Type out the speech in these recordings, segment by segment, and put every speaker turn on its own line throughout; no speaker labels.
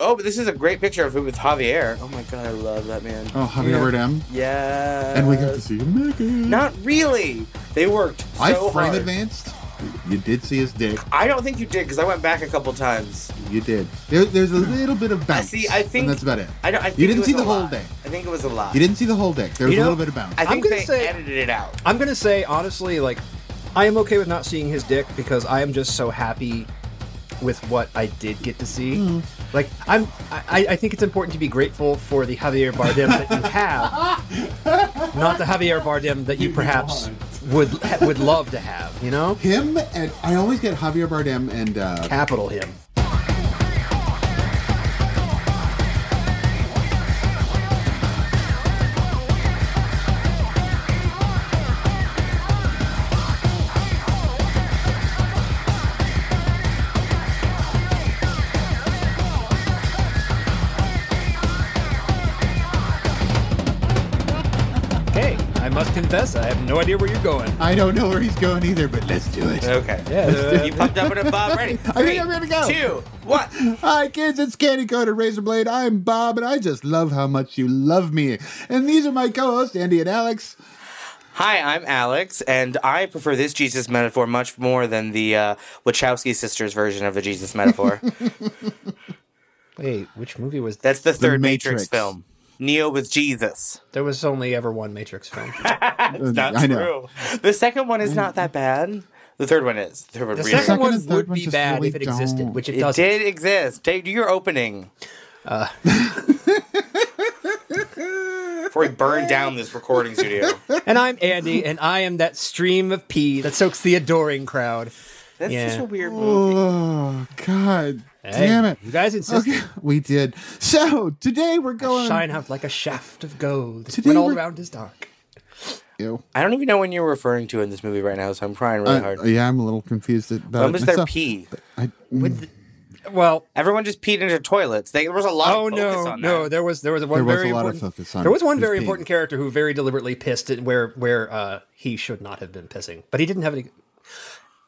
Oh, but this is a great picture of him with Javier. Oh my god, I love that man.
Oh, Javier Bardem.
Yeah.
And we got to see him naked.
Not really. They worked. So
I frame
hard.
advanced. You did see his dick.
I don't think you did because I went back a couple times.
You did. There, there's a little bit of bounce.
see, I think-
and that's about it.
I, don't, I think
You didn't
it was
see
a
the whole
lot.
thing.
I think it was a lot.
You didn't see the whole dick. There was
You know,
a little bit of bounce.
I think
gonna
they
say-
edited it out.
I'm gonna say honestly, like, I am okay with not seeing his dick because I am just so happy with what I did get to see. Like, I'm, I, I think it's important to be grateful for the Javier Bardem that you have, not the Javier Bardem that you perhaps would would love to have. You know,
him and I always get Javier Bardem and uh,
capital him. Hey, I must confess, I have no idea where you're going.
I don't know where he's going either, but let's do it.
Okay.
Yeah,
You pumped up and Bob ready.
I think
Three,
I'm ready to go.
Two, one.
Hi, kids, it's Candy Coat and Razorblade. I'm Bob, and I just love how much you love me. And these are my co hosts, Andy and Alex.
Hi, I'm Alex, and I prefer this Jesus metaphor much more than the uh, Wachowski sisters version of the Jesus metaphor.
Wait, which movie was that?
That's the third Matrix.
Matrix.
film. Neo with Jesus.
There was only ever one Matrix film.
That's
I know.
true. The second one is not that bad. The third one is. The third one
The
really
second
Second
one
and third
would
one
be
just
bad
really
if it existed,
don't.
which it,
It
doesn't.
did exist. Dave, do your opening.
Uh.
Before we burn down this recording studio.
And I'm Andy, and I am that stream of pee that soaks the adoring crowd.
That's
Yeah.
such a weird movie.
Oh, God.
Hey,
Damn it.
You guys insist.
Okay, we did. So today we're going.
Shine out like a shaft of gold
Today
when all
we're-
around is dark.
Ew.
I don't even know when you're referring to in this movie right now, so I'm crying really
Uh,
hard.
yeah, I'm a little confused about
when
it
was their
myself.
pee?
I,
Well,
Everyone just peed into toilets. They, there was a lot
oh
of focus
no,
on
no,
that.
there was there was one
There was
very
a lot of
important,
focus on
there was one
his
very
pee.
important character who very deliberately pissed at where where uh, he should not have been pissing, but he didn't have any.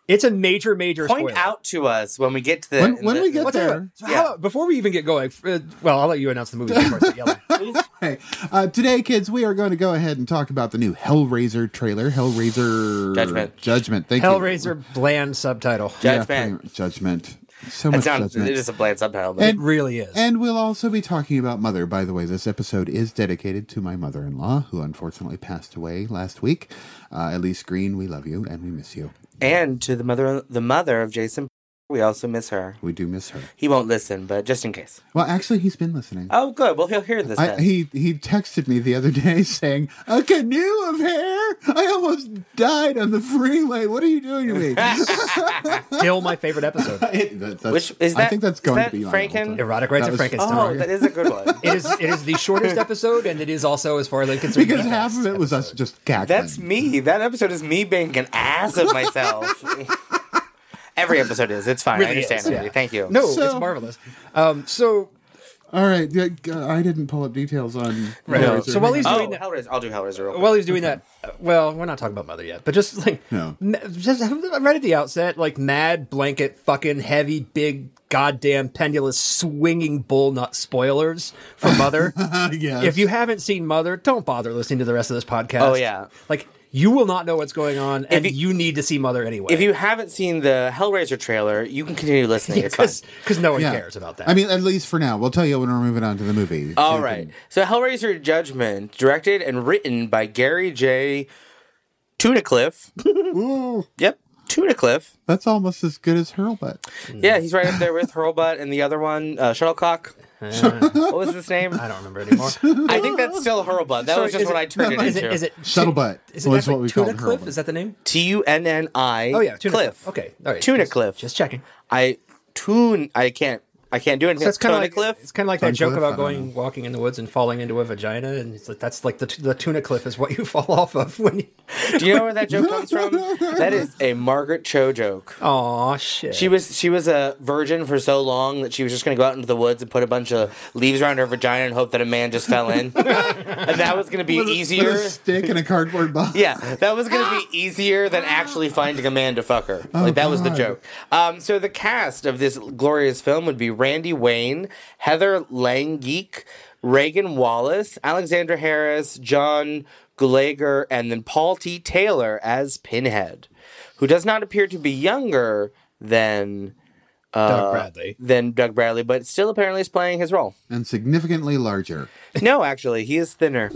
It's a major, major
Point
spoiler.
out to us when we get to the.
When- when
the-
we get
What's
there.
So how about- before we even get going, uh, well, I'll let you announce the movie. Before I start yelling.
Hey, uh, today, kids, we are going to go ahead and talk about the new Hellraiser trailer. Hellraiser
Judgment.
Judgment. Thank you.
Hellraiser bland subtitle.
Yeah,
Judgment.
pretty much. judgment. So much
It's not,
judgment.
it is a bland subtitle. But
And-
It really is.
And we'll also be talking about mother. By the way, this episode is dedicated to my mother in law, who unfortunately passed away last week. Uh, Elise Green, we love you and we miss you.
and to the mother, the mother of Jason, we also miss her.
We do miss her.
He won't listen, but just in case.
Well, actually, he's been listening.
Oh, good. Well, he'll hear this.
I,
then.
he he texted me the other day saying, "A canoe of hair! I almost died on the freeway. What are you doing to me?"
Still my favorite episode.
It- that- that's-
Which- is
I
that-
think
is
that's going
that
to be on
Franken?
all the time.
Erotic
That
Rites of
was-
Frankenstein.
oh, that is a good one.
It is it is the shortest episode, and it is also, as far as I'm concerned,
Because
the
half of
best
it was us
episode.
just cackling.
That's me. That episode is me being an ass of myself. Every episode is. It's fine. I
Really is,
understand. Andy.
yeah.
Thank you.
No,
So-
it's marvelous. Um, so
All right, yeah, g- I didn't pull up details on.
Right. No.
Hellraiser.
So while he's-
Oh,
doing that-
Hellraiser. I'll do Hellraiser real quick.
while he's doing that, uh, well, we're not talking about Mother yet, but just like
No.
m- just right at the outset, like mad blanket, fucking heavy, big, goddamn pendulous, swinging bull nut spoilers for Mother.
yeah,
if you haven't seen Mother, don't bother listening to the rest of this podcast.
Oh, yeah.
like you will not know what's going on, and
you-
you, need to see Mother anyway.
if you haven't seen the Hellraiser trailer, you can continue listening. it's fine.
because no one
Yeah.
cares about that.
I mean, at least for now. We'll tell you when we're moving on to the movie.
All right. So Hellraiser Judgment, directed and written by Gary J. Tunacliffe. yep, Tunacliffe.
That's almost as good as Hurlbutt.
Yeah, he's right up there with Hurlbutt and the other one, uh, Shuttlecock. what was his name?
I don't remember anymore.
I think that's still Hurlbutt. That
Sorry,
was just
is
what
it-
I turned it
is
into.
it, is it
Shuttlebutt
Is it
was
that's
what
like
we
Tuna
called
Cliff?
Hurlbutt.
Is that the name?
T U N N I.
Oh yeah, Tuna
Cliff.
Cliff. Okay, all right.
Tuna
just,
Cliff.
Just checking.
I tune. I can't. I can't do anything.
So it's kind of like
Tunacliffe.
it's kind of like that
Tuna
joke
Cliff, I
about
don't
going walking in the woods and falling into a vagina, and it's like, that's like the t- the Tuna Cliff is what you fall off of when you.
Do you know where that joke comes from? That is a Margaret Cho joke.
Oh shit!
She was she was a virgin for so long that she was just going to go out into the woods and put a bunch of leaves around her vagina and hope that a man just fell in, and that was going to be
With
easier.
a stick and a cardboard box.
Yeah, that was going to be easier than actually finding a man to fuck her. Like that was the
Oh, God.
joke. Um, so the cast of this glorious film would be Randy Wayne, Heather Langeek, Reagan Wallace, Alexandra Harris, John Gulager, and then Paul T. Taylor as Pinhead, who does not appear to be younger than Uh,
Doug Bradley.
than Doug Bradley, but still apparently is playing his role.
and significantly larger.
No, actually, he is thinner.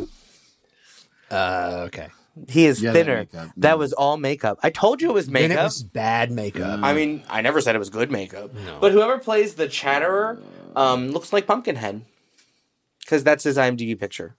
Uh, okay.
He is
Yeah, that
thinner. That,
makeup.
was all makeup. I told you it was
And
makeup. Mm.
it was bad makeup.
I mean, I never said it was good makeup. But whoever plays the Chatterer um, looks like Pumpkinhead because that's his IMDb picture.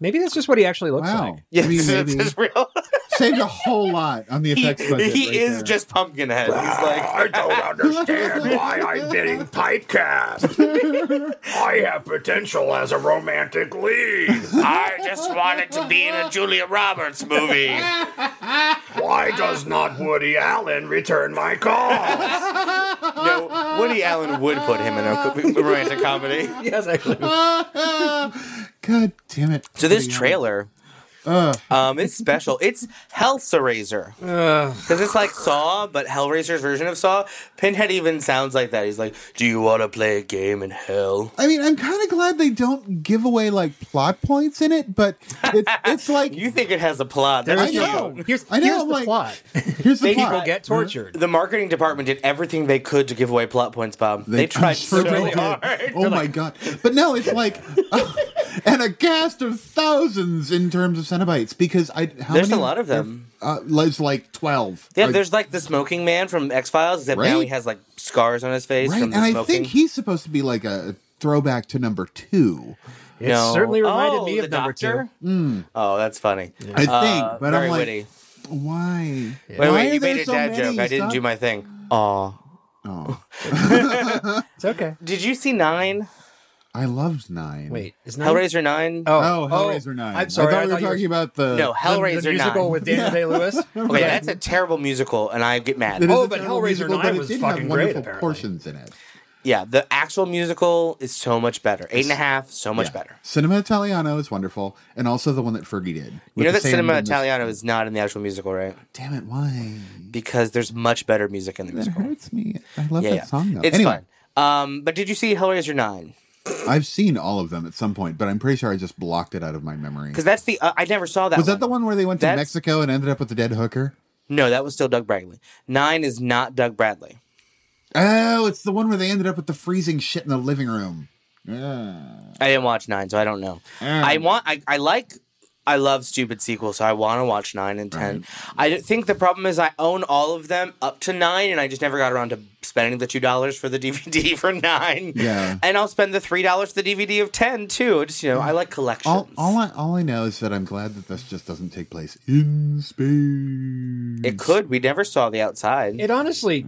Maybe that's just what he actually looks
Wow.
like.
Yes,
I mean,
it's
maybe
his real.
saved a whole lot on the
he
effects budget.
he
right
is
there.
just Pumpkinhead. He's like,
don't understand why I'm getting typecast. I have potential as a romantic lead.
I just wanted to be in a Julia Roberts movie.
Why does not Woody Allen return my calls?
no, Woody Allen would put him in a co- romantic comedy.
Yes, actually.
God damn it!
So this trailer,
Uh.
um, it's special. It's Hellraiser because it's like Saw, but Hellraiser's version of Saw. Pinhead even sounds like that. He's like, "Do you want to play a game in hell?"
I mean, I'm kind of glad they don't give away like plot points in it, but it's it's like
You think it has a plot? That's
I
the
know.
joke.
Here's,
I know,
here's the
I'm like-
plot.
here's the
People
plot.
get tortured.
The marketing department did everything they could to give away plot points, Bob. They,
I'm
tried so
sure they
really
did.
hard.
Oh my god! But no, it's like and a cast of thousands in terms of Cenobites because I how
There's
many-
a lot of them.
Uh, it's like twelve.
Yeah,
Like,
there's like the smoking man from X Files, except now
Right?
he has like scars on his face
right,
from
and
the
I
smoking.
think he's supposed to be like a throwback to number two.
It certainly reminded
Oh,
me
the
of number
doctor? Oh, that's funny.
I think,
Uh,
but
very
I'm like,
witty.
why?
Wait,
Why
wait,
are
you
there
made a
so
dad
many?
joke. I didn't
Stop-
do my thing. Aw.
Oh,
two. It's okay.
Did you see Nine?
I loved nine.
Wait, is nine?
Hellraiser Nine?
Oh, Hellraiser nine.
I'm sorry.
I thought
I
we were
thought
talking
you
about the
No,
the- the
Hellraiser
musical
9.
with Daniel Day Lewis.
okay, that's a terrible musical, and I get
It
mad.
is
Oh,
a
but
terrible
Hellraiser
musical, but
9
it
was
did have
fucking great,
wonderful
apparently.
Portions in it.
Yeah, the actual musical is so much better. Eight and a half, so much
Yeah.
better.
Cinema Italiano is wonderful, and also the one that Fergie did.
You
with
know
the
that
sand
Cinema
and the-
Italiano is not in the actual musical, right?
Damn it! Why?
Because there's much better music in the
It
musical.
hurts me. I love
Yeah,
that
yeah.
song though.
It's
anyway,
fun. Um, but did you see Hellraiser Nine?
I've seen all of them at some point, but I'm pretty sure I just blocked it out of my memory.
Because that's the uh, I never saw that.
Was
one.
that the one where they went to
That's-
Mexico and ended up with a dead hooker?
No, that was still Doug Bradley. Nine is not Doug Bradley.
Oh, it's the one where they ended up with the freezing shit in the living room.
I didn't watch nine, so I don't know.
Mm.
I want. I, I like. I love stupid sequels, so I want to watch nine and ten. I d- think the problem is I own all of them up to nine, and I just never got around to spending the two dollars for the DVD for nine.
Yeah.
and I'll spend the three dollars for the DVD of ten too. Just you know, I like collections.
All, all I all I know is that I'm glad that this just doesn't take place in space.
it could. We never saw the outside.
It honestly.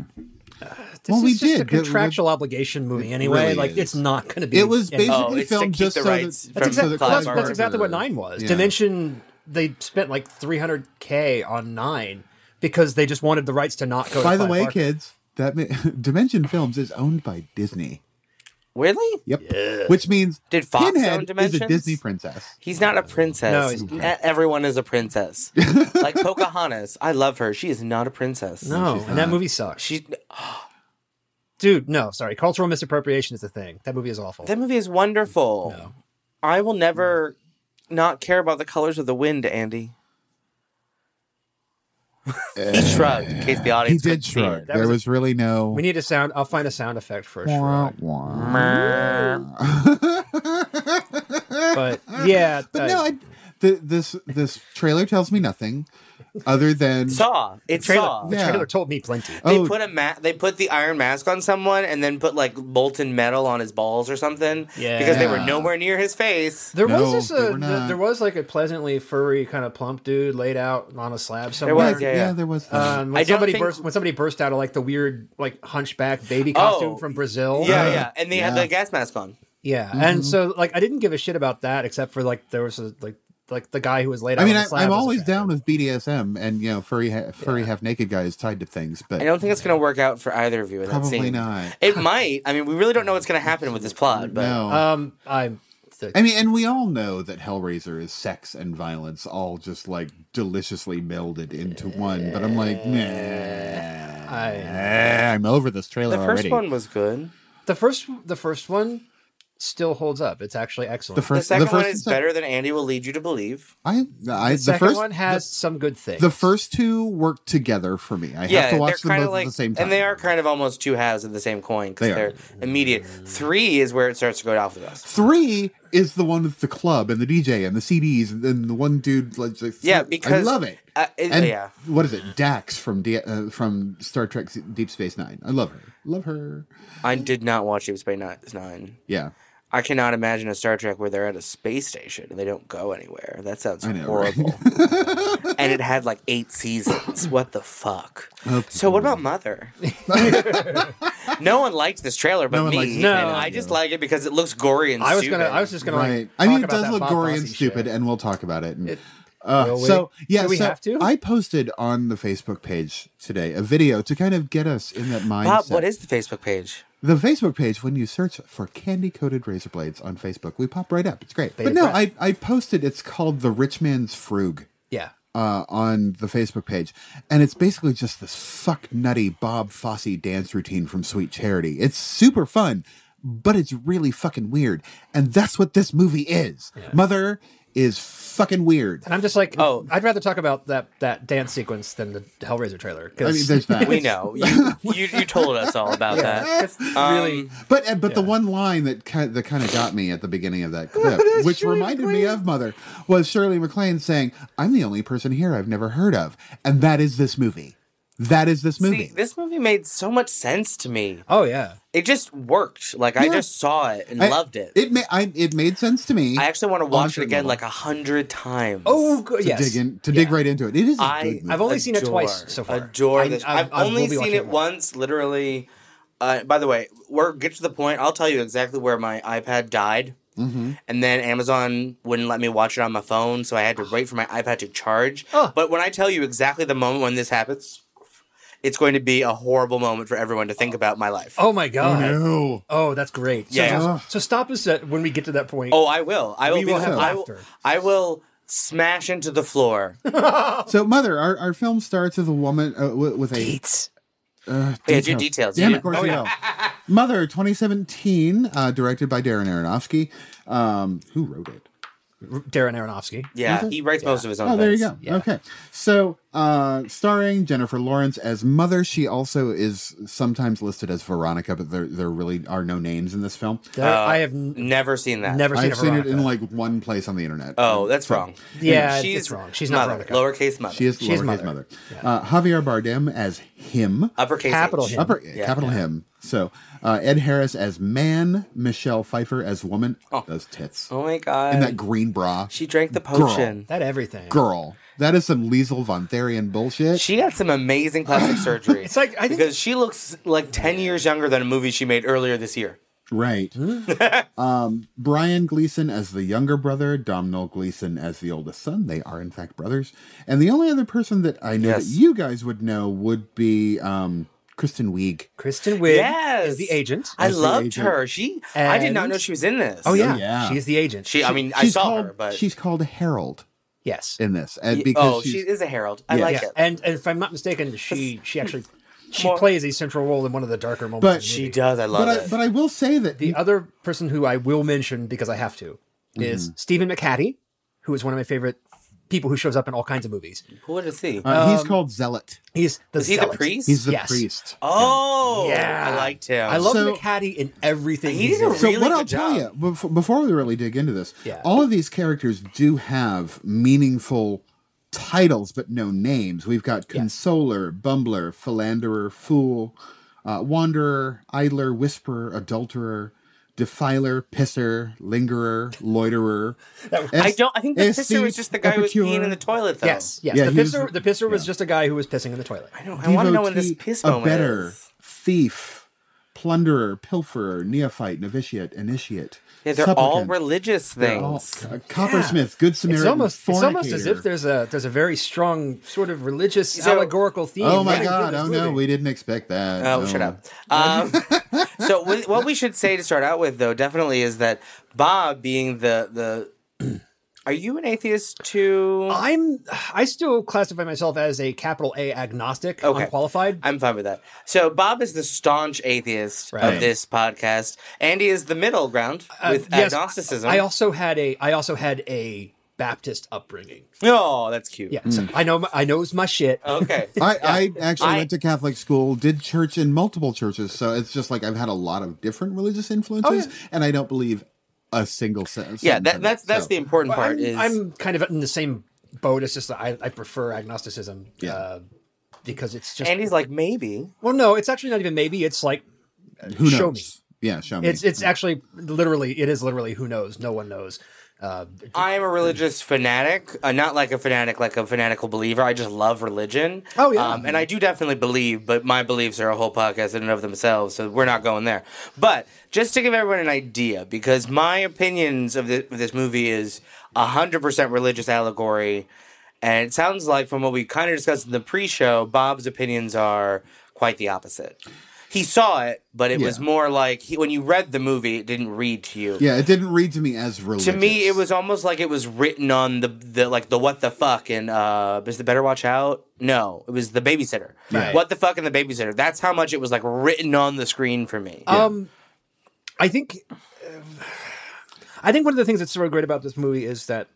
uh, this
Well,
is
we
just
did.
a
It- it-
contractual obligation movie anyway.
really
like,
is.
it's not going to be.
It was
any-
basically
Oh, it's to
filmed
keep
just
the
so that,
rights
so
from
that
Clive
Exactly, plus,
Barker.
Clive
that's exactly what nine was.
Yeah.
Dimension. They spent like 300k on nine because they just wanted the rights to not go.
By
to
the
Clive
way,
Barker.
kids, that ma- Dimension Films is owned by Disney.
really?
Yep. Which means
Did Fox own
Pinhead is a
Dimensions?
Disney princess.
He's not a princess.
No, he's not.
E- Everyone is a princess. like Pocahontas. I love her. She is not a princess.
No, and that movie sucks.
She
Dude, no, sorry. Cultural misappropriation is the thing. That movie is awful.
That movie is wonderful. I will never not care about the colors of the wind, Andy. he shrugged in case the
He
audience.
did
couldn't see it.
shrug.
That
There was,
was-
really no.
we need a sound. I'll find a sound effect for a
Wah,
shrug.
wah.
But yeah,
But
uh,
no, I, th- this this trailer tells me nothing, other than
Saw. It's
trailer,
Saw.
the
Yeah.
trailer told me plenty.
They
Oh.
put a ma- they put the iron mask on someone and then put like molten metal on his balls or something.
Yeah.
Because they were
Yeah.
nowhere near his face.
There
No,
was this,
they
uh,
were
th-
not.
there was like a pleasantly furry kind of plump dude laid out on a slab somewhere.
yeah,
was, yeah, yeah.
there was. That.
Um, when
I don't
somebody
think-
burst when somebody burst out of like the weird like hunchback baby costume
Oh.
from Brazil.
Yeah, yeah. And they had
yeah.
the gas mask on.
yeah.
Mm-hmm.
And so like I didn't give a shit about that except for like there was a, like like the guy who was laid out.
I mean,
on
I,
the slab
I'm
was
always
attractive.
down with BDSM and you know furry ha- furry half naked guys tied to things, but
I don't think it's going to work out for either of you in that
Probably
scene.
not.
It might. I mean, we really don't know what's going to happen with this plot, but uh,
no.
Um, I'm.
I mean, and we all know that Hellraiser is sex and violence all just like deliciously melded into one. But I'm like, nah,
I
I'm over this trailer
the first
already.
one was good.
the first the first one still holds up. It's actually excellent.
The
The
first,
second
the first
one
and
is
sec-
better than Andy will lead you to believe.
I, I
The
the,
second
first
one has some good things.
the first two work together for me. I have to watch them
kinda
both at the same time.
and they are kind of almost two halves of the same coin because
They
they
are.
are immediate. Three is where it starts to go down with us.
Three is the one with the club and the DJ and the CDs and then the one dude like, like
Yeah,
I
because-
love it.
Uh, it-
and
yeah,
what is it? Dax from D- uh, from Star Trek Deep Space Nine. I love her. Love her.
I did not watch Deep Space Ni- Nine.
Yeah,
I cannot imagine a Star Trek where they're at a space station and they don't go anywhere. That sounds
I know,
horrible. and it had like eight seasons. What the fuck?
Hope
So what about Mother? no one liked this trailer but
No one
me.
likes this
and
trailer.
I just like it because it looks gory and
I was
stupid.
gonna. I was just gonna.
right.
Like,
I
talk
mean, it
about
does
that
look
Bob
gory and
Fosse
stupid,
shit.
and we'll talk about it. And,
It-
uh,
Will we?
so yeah,
Do we
so
have to?
I posted on the Facebook page today a video to kind of get us in that mindset.
Bob, what is the Facebook page?
The Facebook page, when you search for candy coated razor blades on Facebook, we pop right up. It's great.
Beta
but no, I,
breath.
I posted it's called The Rich Man's Frug
yeah.
uh, on the Facebook page. And it's basically just this fuck nutty Bob Fosse dance routine from Sweet Charity. It's super fun, but it's really fucking weird. And that's what this movie is. Mother is fucking weird.
And I'm just like,
Oh.
oh, I'd rather talk about that that dance sequence than the Hellraiser trailer.
I
Because
mean, there's that.
We know. You, you, you told us all about that. Um,
really,
But uh, but the one line that kind that kind of got me at the beginning of that clip, which reminded me of Mother, was Shirley MacLaine saying, "I'm the only person here I've never heard of," and that is this movie. That is this movie.
See, this movie made so much sense to me.
oh yeah,
It just worked. Like I
Yeah.
just saw it and
I-
loved it.
It made I, it made sense to me.
I actually want to
on a
watch it
certain
again
level.
like a hundred times.
oh go-
to
yes.
dig in to dig right into it. It is. a
I
good movie.
I've only seen it twice so far.
Adore
I-
this.
I-
I've,
I will
only
be
seen
watching
it
more.
once, literally. Uh, by the way, we're get to the point. I'll tell you exactly where my iPad died,
Mm-hmm.
and then Amazon wouldn't let me watch it on my phone, so I had to wait for my iPad to charge.
Oh.
But when I tell you exactly the moment when this happens, it's going to be a horrible moment for everyone to think about my life.
Oh my god. Oh,
no.
that's great. So,
Yeah.
just- so stop us at, when we get to that point.
Oh, I will. I will.
We
be
will
the-
have
I will,
laughter.
I will smash into the floor.
So mother, our, our film starts with a woman uh, with, with a uh,
Yeah, do details.
Damn
You
it,
do-
Corey Feldman. Mother, 2017, uh, directed by Darren Aronofsky. Um, who wrote it?
Darren Aronofsky.
Yeah, he writes most of his own.
Oh, there you
things.
go. Okay. So, uh, starring Jennifer Lawrence as Mother. She also is sometimes listed as Veronica, but there, there really are no names in this film.
There-
Uh,
I have n-
Never seen that.
never seen,
I've
a
seen it
Veronica.
in like one place on the internet.
Oh, that's wrong.
Yeah, it's wrong. She's not
mother,
Veronica.
lowercase mother.
She is
She's
lowercase
Mother.
mother. Uh, Javier Bardem as him.
uppercase
Capital
H.
him.
Upper capital him. So uh, Ed Harris as man, Michelle Pfeiffer as woman. Those tits
Oh my god.
and that green bra.
she drank the potion.
that everything.
girl. That is some Liesel von Therian bullshit.
She got some amazing plastic surgery.
It's like I think
because she looks like ten years younger than a movie she made earlier this year.
right. um, Brian Gleason as the younger brother, Domhnall Gleason as the oldest son. They are in fact brothers. And the only other person that I know
Yes.
that you guys would know would be um, Kristen Wiig.
Kristen Wiig
Yes.
is the agent.
I
the
loved
agent.
her. She. I did not
And-
know she was in this.
oh yeah.
yeah.
she's the agent.
She. I mean, I
She's
saw
called,
her, but
she's called Harold
yes.
in this, and
Y-
because
oh, she
she's-
is a herald. I
Yeah.
like
yeah.
it.
And, and if I'm not mistaken, she she actually she
More-
plays a central role in one of the darker moments.
But
of the
she
movie.
does. I love
but I,
it.
but I will say that
The other person who I will mention because I have to is
Mm-hmm.
Stephen McCaddy, who is one of my favorite people who shows up in all kinds of movies.
Who is he?
uh, he's called Zealot.
He's the
is he the
zealot.
priest?
He's the
yes.
priest.
oh,
Yeah.
I liked him.
I love
So-
McCaddy in everything.
He
he's
did a
in.
So
really
what
good
I'll tell you
job.
before, before we really dig into this,
Yeah.
all of these characters do have meaningful titles but no names. We've got consoler, bumbler, philanderer, fool, uh, wanderer, idler, whisperer, adulterer, defiler, pisser, lingerer, loiterer.
I don't. I think the
es-
pisser was just the guy who was peeing in
epicure.
the toilet. Though.
Yes, yes.
Yeah,
the
he was-
pisser, the pisser was just a guy who was pissing in the toilet.
I know. I want to know when this
devotee,
piss moment
abettor,
is.
thief, plunderer, pilferer, neophyte, novitiate, initiate.
Yeah, they're all
supplicant.
religious
They're all-
things.
uh, coppersmith, good Samaritan,
It's almost it's almost as
fornicator.
if there's a there's a very strong sort of religious allegorical theme.
Oh my
running through
god!
this
Oh
movie.
no, we didn't expect that.
Oh,
No.
shut up. Um, so, with, what we should say to start out with, though, definitely is that Bob, being the the Are you an atheist too?
Uh, I'm I still classify myself as a capital A agnostic,
Okay.
unqualified.
I'm fine with that. So Bob is the staunch atheist
Right.
of this podcast. Andy is the middle ground
Uh,
with
yes,
agnosticism.
I also had a I also had a Baptist upbringing.
oh, that's cute.
Yeah, so I know my, I knows my shit.
Okay.
I, I actually
I-
went to Catholic school, did church in multiple churches, so it's just like I've had a lot of different religious
Oh,
influences, and I don't believe a single sentence.
yeah, that, that's that's the important
But
part.
I'm,
is
I'm kind of in the same boat. It's just that I, I prefer agnosticism uh, because it's just
Andy's like maybe.
well, no, it's actually not even maybe. It's like
uh, who knows?
show
Yeah, show me.
it's it's actually literally it is literally who knows. No one knows. Uh,
I am a religious fanatic, uh, not like a fanatic, like a fanatical believer. I just love religion.
Oh, yeah.
um, and I do definitely believe, but my beliefs are a whole podcast in and of themselves, so we're not going there. But just to give everyone an idea, because my opinions of, thi- of this movie is hundred percent religious allegory, and it sounds like from what we kind of discussed in the pre-show, Bob's opinions are quite the opposite. He saw it, but it was
Yeah.
more like he, when you read the movie, it didn't read to you
yeah, it didn't read to me as religious.
to me it was almost like it was written on the, the like the what the fuck and uh is the better watch out no it was the babysitter
Right.
what the fuck and the babysitter that's how much it was like written on the screen for me
Oh,
Um, I think, um, I think one of the things that's so great about this movie is that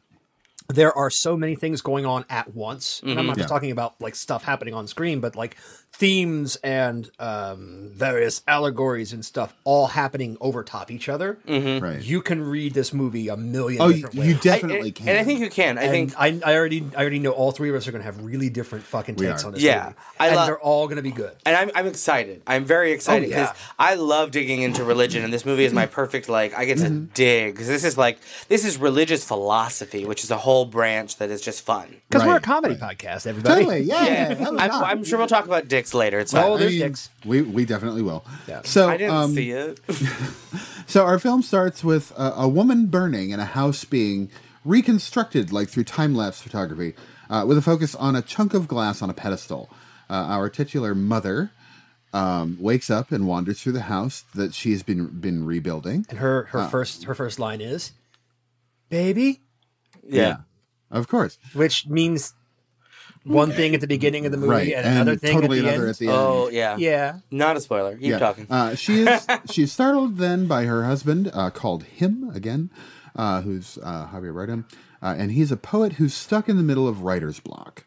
there are so many things going on at once. And I'm not just
Mm-hmm. Yeah.
talking about like stuff happening on screen, but like themes and um, various allegories and stuff all happening over top each other.
right.
You can read this movie a
Mm-hmm.
million
oh, you,
different
you
ways.
I-
definitely
and,
can.
and i think you can i
And
think
I, I already, I already know all three of us are going to have really different fucking
We
takes
are.
on this
Yeah.
movie,
I
and
lo-
they're all going to be good.
and I'm, I'm excited. I'm very excited
Oh,
because
yeah.
I love digging into religion, and this movie is my perfect like. I get to dig because this is like this is religious philosophy, which is a whole branch that is just fun.
Because we're a
Right,
comedy podcast, everybody.
totally. Yeah, yeah. hell
I'm,
yeah.
I'm sure we'll talk about dicks later. It's
Well,
fine.
Oh, there's
I mean,
dicks.
We we definitely will.
Yeah.
So
I didn't
um,
see it.
So our film starts with a, a woman burning and a house being reconstructed, like through time lapse photography, uh, with a focus on a chunk of glass on a pedestal. Uh, our titular mother um, wakes up and wanders through the house that she has been been rebuilding.
And her her first her first line is, "Baby,"
yeah.
Of course,
which means one thing at the beginning of the movie
right,
and, another thing
totally
at the
another
end.
at the end.
Oh yeah.
yeah.
Not a spoiler. Keep
Yeah.
talking.
Uh, she is she's startled then by her husband, uh, called him again, uh, who's uh, Javier Bardem, uh, and he's a poet who's stuck in the middle of writer's block.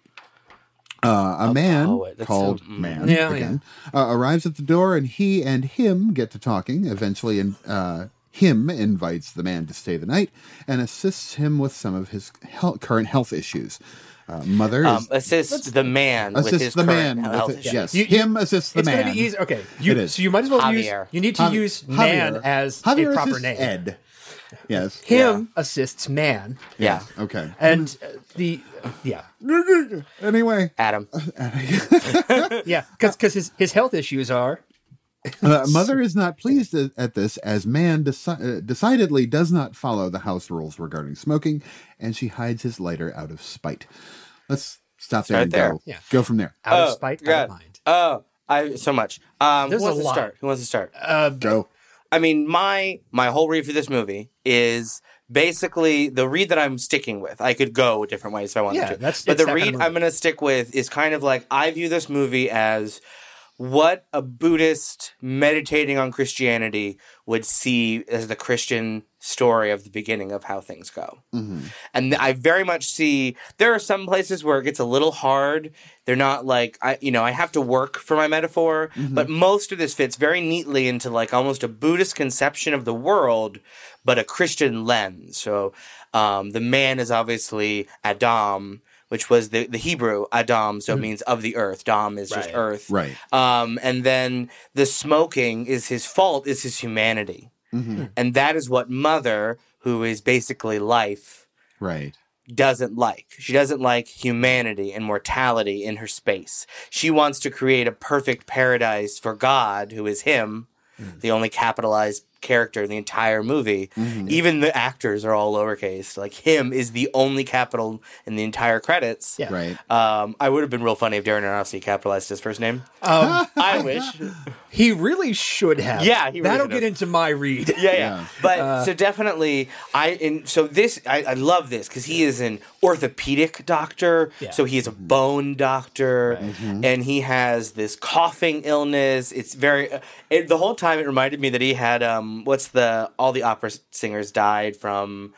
Uh, a, man
poet. That's so- mm.
called man
Yeah, yeah.
again Uh, arrives at the door, and he and him get to talking. Eventually, and uh, him invites the man to stay the night and assists him with some of his health, current health issues. Uh, mother
um,
is,
assist the man with his
assists the
current
man.
health
With it,
issues.
yes,
You- you-
him assists the
it's
man.
gonna be easy. Okay, you,
It is.
so you might as well
Javier.
use. You need to
Javi-
use man
Javier.
as
Javier
a proper
assists
name.
Ed. Yes.
Him assists man,
Yeah.
Okay.
and uh, the yeah
Anyway,
Adam.
yeah because because his his health issues are
uh, mother is not pleased a- at this, as man deci- uh, decidedly does not follow the house rules regarding smoking, and she hides his lighter out of spite. Let's stop there
Start
and
there.
go.
Yeah.
Go from there.
out
Oh,
of spite, out
God.
of mind.
Oh, I so much. Um, who
There's
wants
a
to
lot.
start? Who wants to start?
Go.
I mean, my my whole read for this movie is basically the read that I'm sticking with. I could go different ways if I wanted
Yeah,
to.
that's-
but
it's
the
that kind of
read
movie.
I'm going to stick with is kind of like I view this movie as what a Buddhist meditating on Christianity would see as the Christian story of the beginning of how things go.
Mm-hmm.
And I very much see there are some places where it gets a little hard. They're not like I you know, I have to work for my metaphor, but most of this fits very neatly into like almost a Buddhist conception of the world, but a Christian lens. So um, the man is obviously Adam, which was the, the Hebrew Adam, so it means of the earth. Dom is just
Right.
earth.
Right.
Um, and then the smoking is his fault, is his humanity. And that is what mother, who is basically life,
Right.
doesn't like. She doesn't like humanity and mortality in her space. She wants to create a perfect paradise for God, who is Him, the only capitalized character in the entire movie. Even the actors are all lowercase. Like him is the only capital in the entire credits.
Yeah.
Right.
Um, I would have been real funny if Darren Aronofsky capitalized his first name.
Um,
I wish. Yeah,
he really should have.
Yeah, he really
that'll
should
get
have.
into my read.
yeah.
Yeah.
But so definitely, I and so this I, I love this because he is an orthopedic doctor.
Yeah.
So he is a bone doctor, and he has this coughing illness. It's very uh, it, the whole time. It reminded me that he had um what's the all the opera singers died from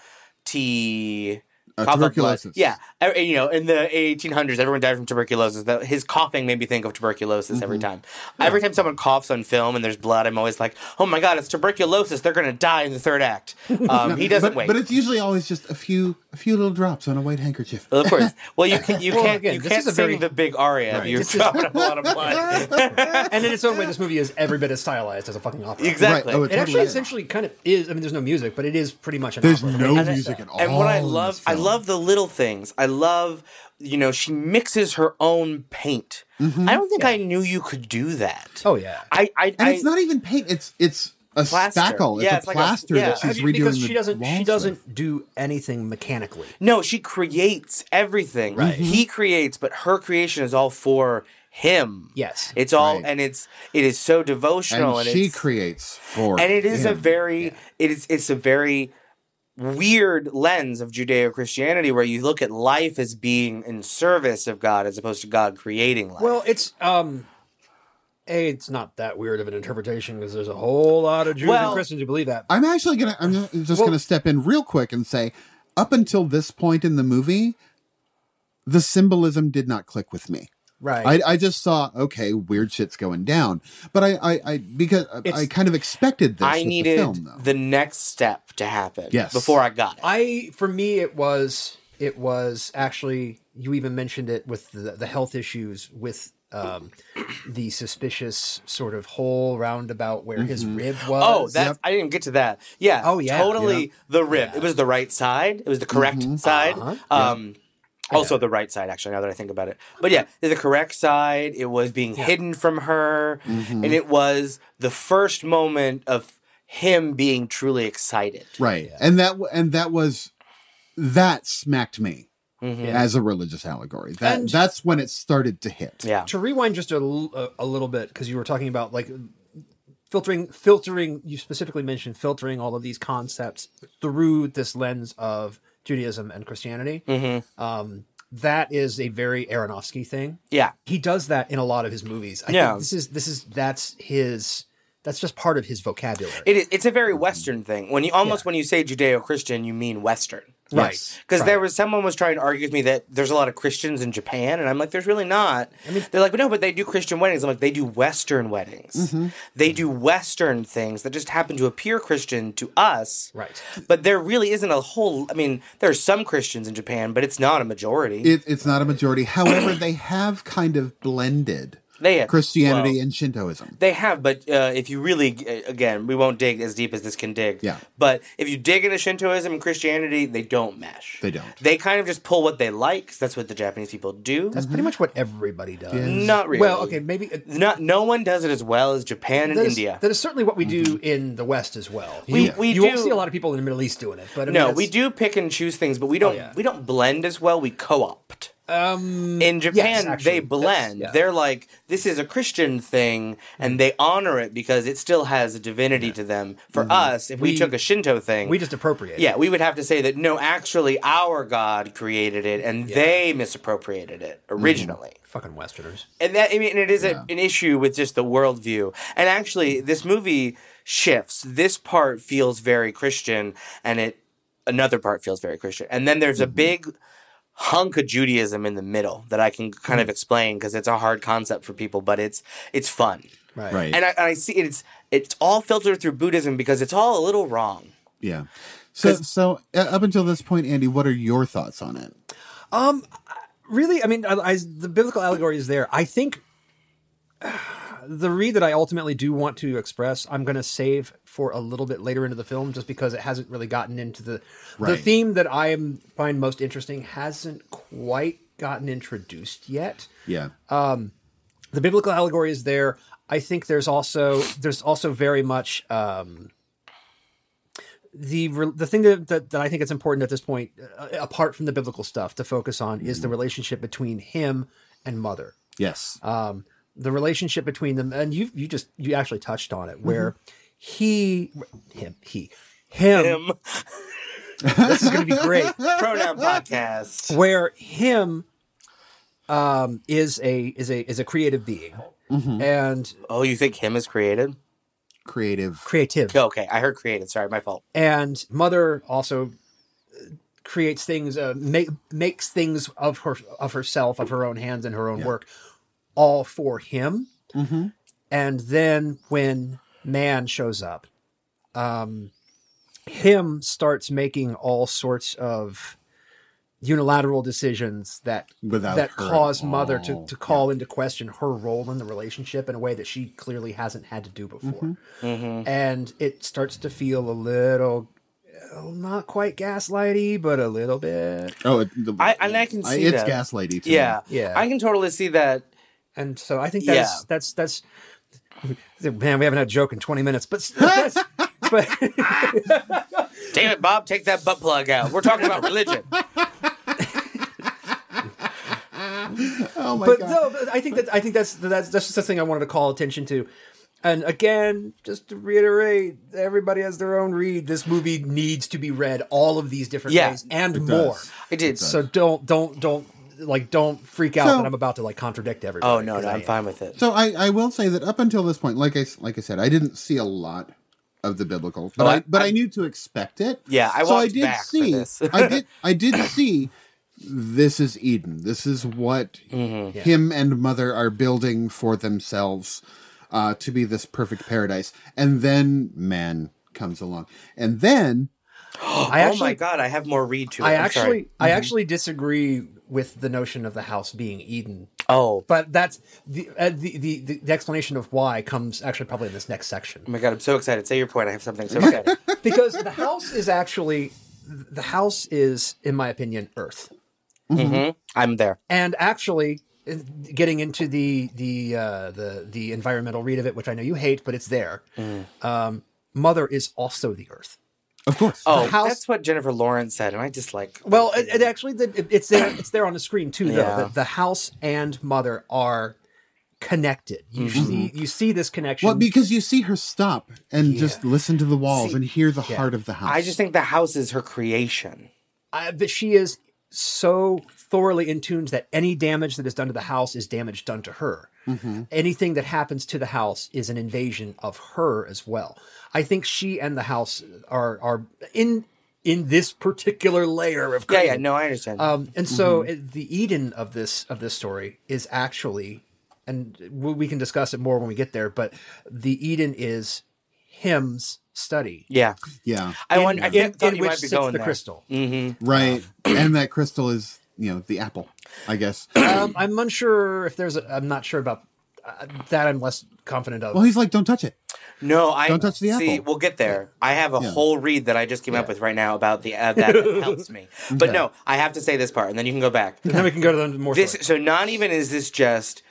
T.
Uh,
cough up blood.
tuberculosis.
Yeah, Uh, you know, in the 1800s, everyone died from tuberculosis. That his coughing made me think of tuberculosis every time.
Mm-hmm.
Every time someone coughs on film and there's blood, I'm always like, "Oh my god, it's tuberculosis! They're gonna die in the third act." Um, he doesn't
But,
wait.
but it's usually always just a few a few little drops on a white handkerchief.
Well, of course. Well, you can, you
Well,
can't
again,
you
this
can't
is a
sing
very-
the big aria. if
Right.
You're
This is-
dropping a lot of blood.
and in its own way, this movie is every bit as stylized as a fucking opera.
Exactly.
oh,
It actually
Totally.
essentially kind of is. I mean, there's no music, but it is pretty much an
There's
opera.
no
I-
music at all.
And what I
in
love,
this
I
film.
love the little things. I love, you know, she mixes her own paint. I don't think I knew you could do that.
Mm-hmm. Oh yeah.
I, I,
and
I
it's not even paint. It's it's a
Plaster.
spackle. It's
Yeah,
a
it's like a-
plaster
yeah.
that
Have
she's redoing.
because
the
she doesn't
walls
she
with.
doesn't do anything mechanically.
No, she creates everything. Right.
Mm-hmm.
He creates, but her creation is all for him.
Yes.
It's all
Right.
and it's it is so
And
devotional and,
she
it's,
creates for.
and it is a
him.
very it is it's a very weird lens of Judeo-Christianity where you look at life as being in service of God as opposed to God creating life.
Well, it's um, a it's not that weird of an interpretation because there's a whole lot of Jews
Well-
and Christians who believe that.
I'm actually gonna. I'm gonna- just
Well-
gonna step in real quick and say, up until this point in the movie, the symbolism did not click with me.
Right.
I, I just saw okay, weird shit's going down, but I I, I because I
It's-
kind of expected this.
I
with
needed
the film though.
the next step to happen
Yes.
before I got it.
I for me it was it was actually you even mentioned it with the, the health issues with um the suspicious sort of hole roundabout where his
Mm-hmm.
rib was.
Oh, that's I didn't get to that. Yeah.
Oh, yeah.
Totally
Yeah.
the rib. It was the right side. It was the correct side. Um also the right side actually now that I think about it. But yeah, the correct side, it was being hidden from her and it was the first moment of him being truly excited.
right, and that w- and that was that smacked me
Mm-hmm.
as a religious allegory. That
And-
that's when it started to hit.
Yeah.
to rewind just a, l- a- a little bit because you were talking about like filtering filtering you specifically mentioned filtering all of these concepts through this lens of judaism and christianity um, that is a very aronofsky thing
Mm-hmm. Yeah.
he does that in a lot of his movies I
Yeah.
think this is this is that's his that's just part of his vocabulary
It is it's a very western thing. When you almost when you say Judeo-Christian, you mean western.
right
Yes.
Because
Right.
there was someone was trying to argue with me that there's a lot of Christians in Japan, and I'm like, there's really not. They're like, but no, but they do Christian weddings. I'm like, they do Western weddings. They do Western things that just happen to appear Christian to us.
Right.
But there really isn't a whole. I mean, there are some Christians in Japan, but it's not a majority.
It, it's not a majority. However, they have kind of blended
they have,
Christianity
well,
and Shintoism.
They have, but uh, if you really, uh, again, we won't dig as deep as this can dig.
Yeah.
But if you dig into Shintoism and Christianity, they don't mesh.
They don't.
They kind of just pull what they like. 'cause that's what the Japanese people do.
that's pretty much what everybody does
Not really.
well okay maybe uh,
Not, no one does it as well as Japan and
that is-
India.
that is certainly what we do in the West as well.
We-
you,
we
you won't
do-
see a lot of people in the Middle East doing it, but I mean,
no,
that's-
we do pick and choose things, but we don't
Oh, yeah.
we don't blend as well. We co-opt. Um, In Japan,
actually,
they
that's-
blend.
yeah. Mm.
They're like this is a Christian thing, and they honor it because it still has a divinity to them. For us, if we,
Mm-hmm. We-
took a Shinto thing,
We just appropriate.
yeah, we would have to say that no, actually, our God created it, and they misappropriated it originally.
fucking Westerners.
and that I mean, and it is a, an issue with just the worldview. And actually, this movie shifts. This part feels very Christian, and it another part feels very Christian. And then there's a big hunk of Judaism in the middle that I can kind of explain because it's a hard concept for people, but it's it's fun.
Right.
Right.
And I, and I see it's it's all filtered through Buddhism because it's all a little wrong.
yeah. So so uh, up until this point, Andy, what are your thoughts on it?
Really, I mean, I, I, the biblical allegory is there. I think the read that I ultimately do want to express, I'm going to save for a little bit later into the film, just because it hasn't really gotten into the the
Right.
theme that I am find most interesting hasn't quite gotten introduced yet.
Yeah.
Uh,
the biblical allegory is there. I think there's also there's also very much um, the re- the thing that, that, that I think it's important at this point, uh, apart from the biblical stuff, to focus on is the relationship between him and mother.
Yes.
uh,
Um, the relationship between them, and you you just you actually touched on it, where he him he him,
Him
this is going to be great.
pronoun podcast.
Where him um, is a is a is a creative being and
Oh, you think him is created?
Creative.
creative.
Okay, I heard created. Sorry, my fault.
and mother also uh, creates things uh, make, makes things of her of herself of her own hands and her own work all for him
Mm-hmm.
and then when man shows up um him starts making all sorts of unilateral decisions that
Without
that
her at
cause mother to,
all.
to call into question her role in the relationship in a way that she clearly hasn't had to do before
Mm-hmm.
and it starts to feel a little oh, not quite gaslighty but a little bit
Oh, it, the,
I- and I can see
it's
that.
gaslighty too.
Yeah,
yeah
I can totally see that.
and so i think that's
Yeah.
that's that's man we haven't had a joke in 20 minutes but that's, but
Damn it, Bob, take that butt plug out. We're talking about religion.
Oh my
but
god.
no but i think that i think that's that's that's just the thing i wanted to call attention to and again, just to reiterate, everybody has their own read. This movie needs to be read all of these different
Yeah,
ways and
does.
more.
I did.
So don't don't don't like don't freak out
So-
that I'm about to like contradict everybody.
Oh no,
'cause
no,
I
I'm
am.
fine with it.
So I, I will say that up until this point, like I s- like I said, I didn't see a lot of the biblical, but
Oh,
I,
I-
but I,
I-
knew to expect it.
Yeah, I
so I
walked
did
back for
see.
this.
I did I did see. This is Eden. This is what
Mhm.
him and mother are building for themselves uh, to be this perfect paradise, and then man comes along, and then
oh
I actually
my god, I have more read to it.
I
I'm
actually,
sorry. Mm-hmm.
I actually disagree with the notion of the house being Eden,
Oh.
but that's the uh, the, the the the explanation of why comes actually probably in this next
Oh
section
my god, I'm so excited. Say your point. I have something so excited.
because the house is actually the house is, in my opinion, Earth,
hmm I'm there.
and actually in- getting into the the uh, the the environmental read of it, which I know you hate, but it's there. Um, Mother is also the Earth.
of course,
Oh,
house-
that's what Jennifer Lawrence said, and I just like.
Well, it, it actually the, it- it's there. It's there on the screen too, though.
Yeah.
The, the house and mother are connected. You see, you see this connection.
well, because you see her stop and just listen to the walls
See,
and hear the heart of the house.
I just think the house is her creation.
I, but she is so thoroughly in tune that any damage that is done to the house is damage done to her.
Mm-hmm.
Anything that happens to the house is an invasion of her as well. I think she and the house are are in in this particular layer of
Yeah, Mm-hmm. yeah.
creative
No, I understand.
Um, and so it, the Eden of this of this story is actually, and we we can discuss it more when we get there. But the Eden is hymns study.
yeah,
yeah,
I
in-
wonder. I
in-
think- thought
in
you
which
might be
sits
going
the
there.
crystal.
right, and that crystal is you know the apple, I guess.
Um, I'm unsure if there's. A, I'm not sure about uh, that. I'm less confident of.
Well, he's like, don't touch it.
No, I
Don't touch the
see,
apple.
We'll get there. I have a
Yeah.
whole read that I just came up with right now about the uh, that helps me. But no, I have to say this part, and then you can go back.
and then we can go to the more.
This
story.
so not even is this just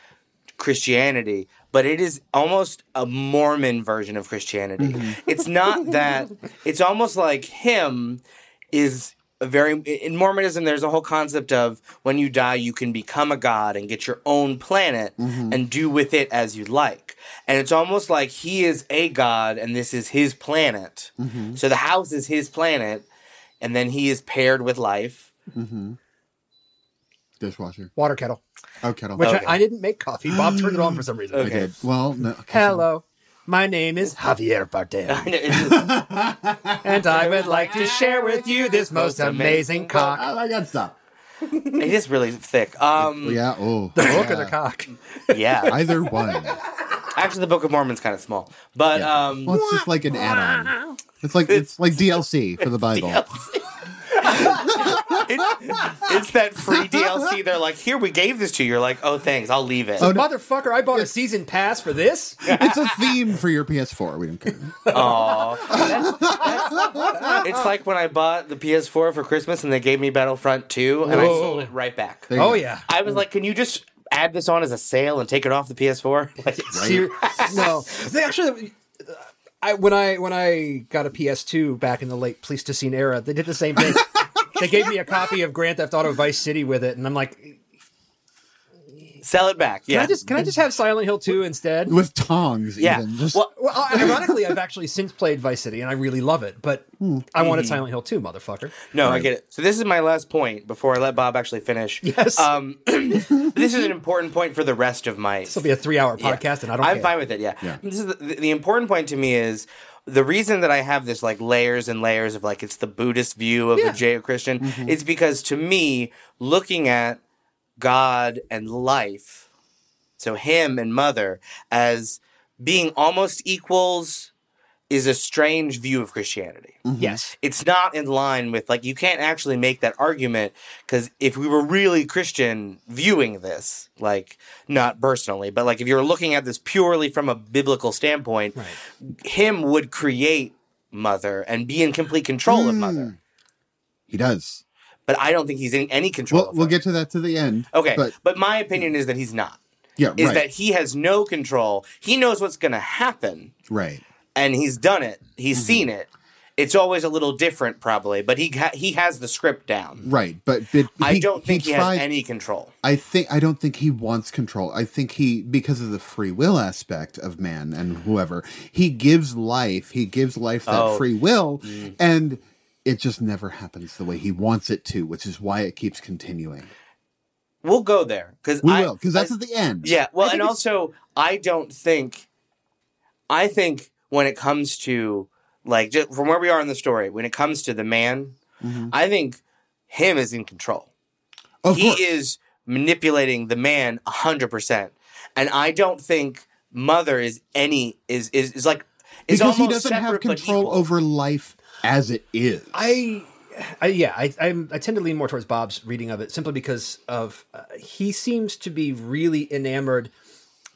Christianity, but it is almost a Mormon version of Christianity. It's not that. It's almost like him is a very in Mormonism. There's a whole concept of when you die, you can become a god and get your own planet and do with it as you like. And it's almost like he is a god, and this is his planet. So the house is his planet, and then he is paired with life.
Mm-hmm. Dishwasher.
water kettle,
Oh, kettle.
which
Okay.
I, I didn't make coffee. Bob turned it on for some reason.
I
Okay.
did. Well, no. okay,
Hello, my name is Javier Bardem.
I know, it's just-
and I would like to share with you this most amazing
so-
cock.
Oh my God! Stop.
It is really thick. Um,
Yeah. Oh.
The book
yeah.
of the cock.
yeah.
Either one.
Actually, the Book of Mormon's kind of small, but um,
Well, it's just like an add-on. It's like it's like DLC for the Bible.
it's, it's that free DLC. They're like, here, we gave this to you. You're like, oh, thanks, I'll leave it.
Oh, no.
Motherfucker, I bought a season pass for this.
It's a theme for your PS4. We don't care.
Aw. That's- that's- it's like when I bought the PS4 for Christmas and they gave me Battlefront 2, and I
Whoa.
sold it right back.
There you
Oh
go.
yeah.
I was like, can you just add this on as a sale and take it off the PS4? Like,
Ser- no, they actually. uh, I when I when I got a PS2 back in the late Pleistocene era, they did the same thing. they gave me a copy of Grand Theft Auto Vice City with it, and I'm like, can
Sell it back. Yeah.
I just can I just have Silent Hill 2 instead?
with tongs.
yeah.
even. Just,
well,
Well, uh, ironically, I've actually since played Vice City, and I really love it. But
Hmm.
I wanted Silent Hill 2, motherfucker.
No, I get it. So this is my last point before I let Bob actually finish.
Yes.
Um, this is an important point for the rest of my.
This will be a three-hour podcast,
Yeah.
and I don't.
I'm
care.
fine with it. Yeah. This is the, the important point to me is the reason that I have this like layers and layers of like it's the Buddhist view of
Yeah. Mm-hmm.
the Judeo-Christian. It's because to me, looking at God and life, so him and mother as being almost equals is a strange view of Christianity
Yes.
it's not in line with like you can't actually make that argument because if we were really christian viewing this like not personally but like if you're looking at this purely from a biblical standpoint
Right.
him would create mother and be in complete control of mother
Hmm. he does.
but i don't think he's in any control
We'll,
of
we'll
her.
get to that to the end.
okay
But
but, my opinion is that he's not
yeah,
is
right.
that he has no control he knows what's going to happen
right.
and he's done it he's
Mm-hmm.
seen it it's always a little different probably but he ha- he has the script down
Right. But, but
I don't think he,
tried-
has any control.
I think I don't think he wants control. I think he because of the free will aspect of man and whoever, he gives life, he gives life that
Mm-hmm. Oh.
free will and it just never happens the way he wants it to, which is why it keeps continuing.
We'll go there because
We will, because that's at the end.
yeah. Well, and also I don't think. I think when it comes to like just from where we are in the story, when it comes to the man, I think him is in control.
Mm-hmm. Of
he
course.
is manipulating the man 100% and i don't think mother is any is is, is like is
because he
almost
doesn't have
separate but
control
equal.
over life as it is.
I, I yeah, I I'm, I tend to lean more towards Bob's reading of it simply because of uh, he seems to be really enamored,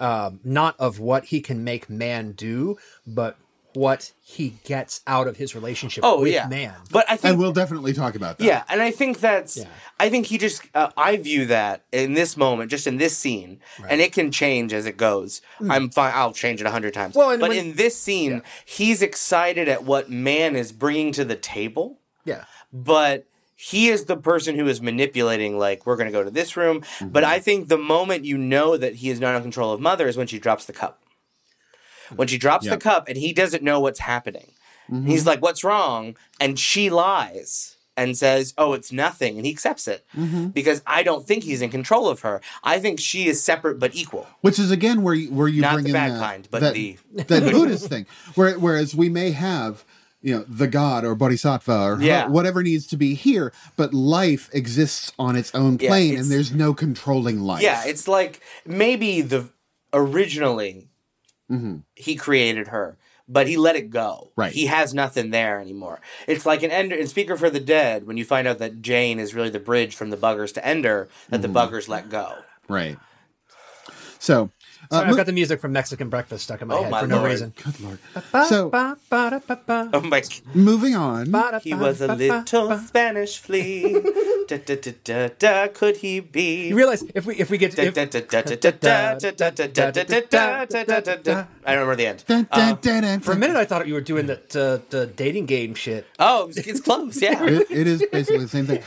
um, not of what he can make man do, but what he gets out of his relationship
oh
with
yeah
man.
but i think
and we'll definitely talk about that.
Yeah, and I think that's.
Yeah.
I think he just. Uh, I view that in this moment, just in this scene, and it can change as it goes. I'm fine. I'll change it a hundred times.
Mm. Well, and
but
when-
in this scene, he's excited at what man is bringing to the table,
yeah,
but he is the person who is manipulating. Like we're going to go to this room, but I think the moment you know that he is not in control of mother is when she drops the cup. When she drops
Yeah.
the cup and he doesn't know what's happening. He's like, "What's wrong?" And she lies and says, "Oh, it's nothing," and he accepts it because I don't think he's in control of her. I think she is separate but equal.
Which is again where you, where you
Not
bring
the
in
bad
that,
kind, but
that,
the-
that Buddhist thing. Where, whereas we may have you know the god or bodhisattva or
Yeah.
ho- whatever needs to be here, but life exists on its own
Yeah,
plane,
it's-
and there's no controlling life.
Yeah, it's like maybe the originally he created her, but he let it go.
Mm-hmm. Right.
He has nothing there anymore. It's like an Ender in Speaker for the Dead when you find out that Jane is really the bridge from the buggers to Ender that
Mm-hmm.
the buggers let go.
right. So, uh,
Sorry, I've
mo-
got the music from Mexican Breakfast stuck in my
Oh
head
my
for no
lord.
reason.
good lord. So
Ba, ba, da, ba, ba.
Oh my!
moving on.
Ba, da,
He
ba,
was a
da, ba, ba,
little
ba.
Spanish flea. Da da da da da. Could he be?
You realize if we if we get to,
I
if,
don't remember the end.
Dun, dun, dun, dun,
for a
dun.
minute I thought you were doing the the, the dating game shit.
Oh, it's close. Yeah.
It- it is basically the same thing.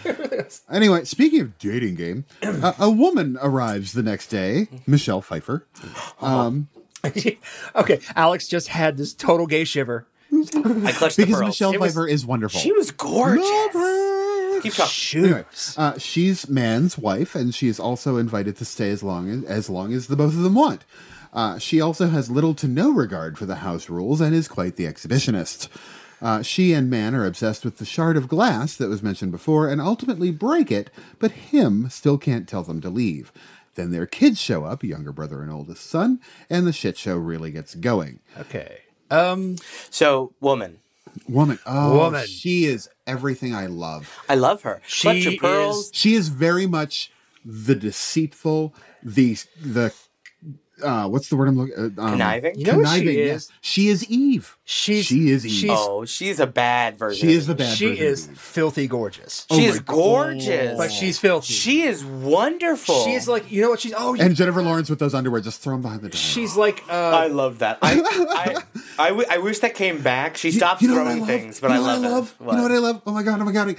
Anyway, speaking of dating game, uh, a woman arrives the next day, Michelle Pfeiffer.
okay, Alex just had this total gay shiver.
I clutched the
Because
pearls.
Michelle
It was-
Pfeiffer is wonderful.
She was
Love
gorgeous.
her.
Keep talking.
Shoot.
Anyway, uh, she's man's wife, and she is also invited to stay as long as, as long as the both of them want. Uh, she also has little to no regard for the house rules and is quite the exhibitionist. Uh, she and man are obsessed with the shard of glass that was mentioned before and ultimately break it, but him still can't tell them to leave. Then their kids show up, younger brother and oldest son, and the shit show really gets going.
Okay. Um
So, woman,
Woman, oh,
Woman.
she is everything I love.
I love her.
She
Clutch of pearls.
she is very much the deceitful the the uh, what's the word I'm looking? Uh, um,
Conniving?
You know what she
conniving,
is?
yes. She is Eve.
She's
she is Eve.
she's-
Oh, she's a bad version.
she is the bad.
she
version
is
of Eve.
filthy gorgeous,
Oh
She's
my God.
gorgeous.
but she's filthy.
She is wonderful.
she's like you know what she's oh
And Jennifer Lawrence with those underwear just thrown behind the door.
she's like
I
uh,
love that. I, I, I, w- I wish that came back. She stopped
what I
throwing
love?
things, but
You
I
know what
love, it.
You know what I love? Oh my god! Oh my god!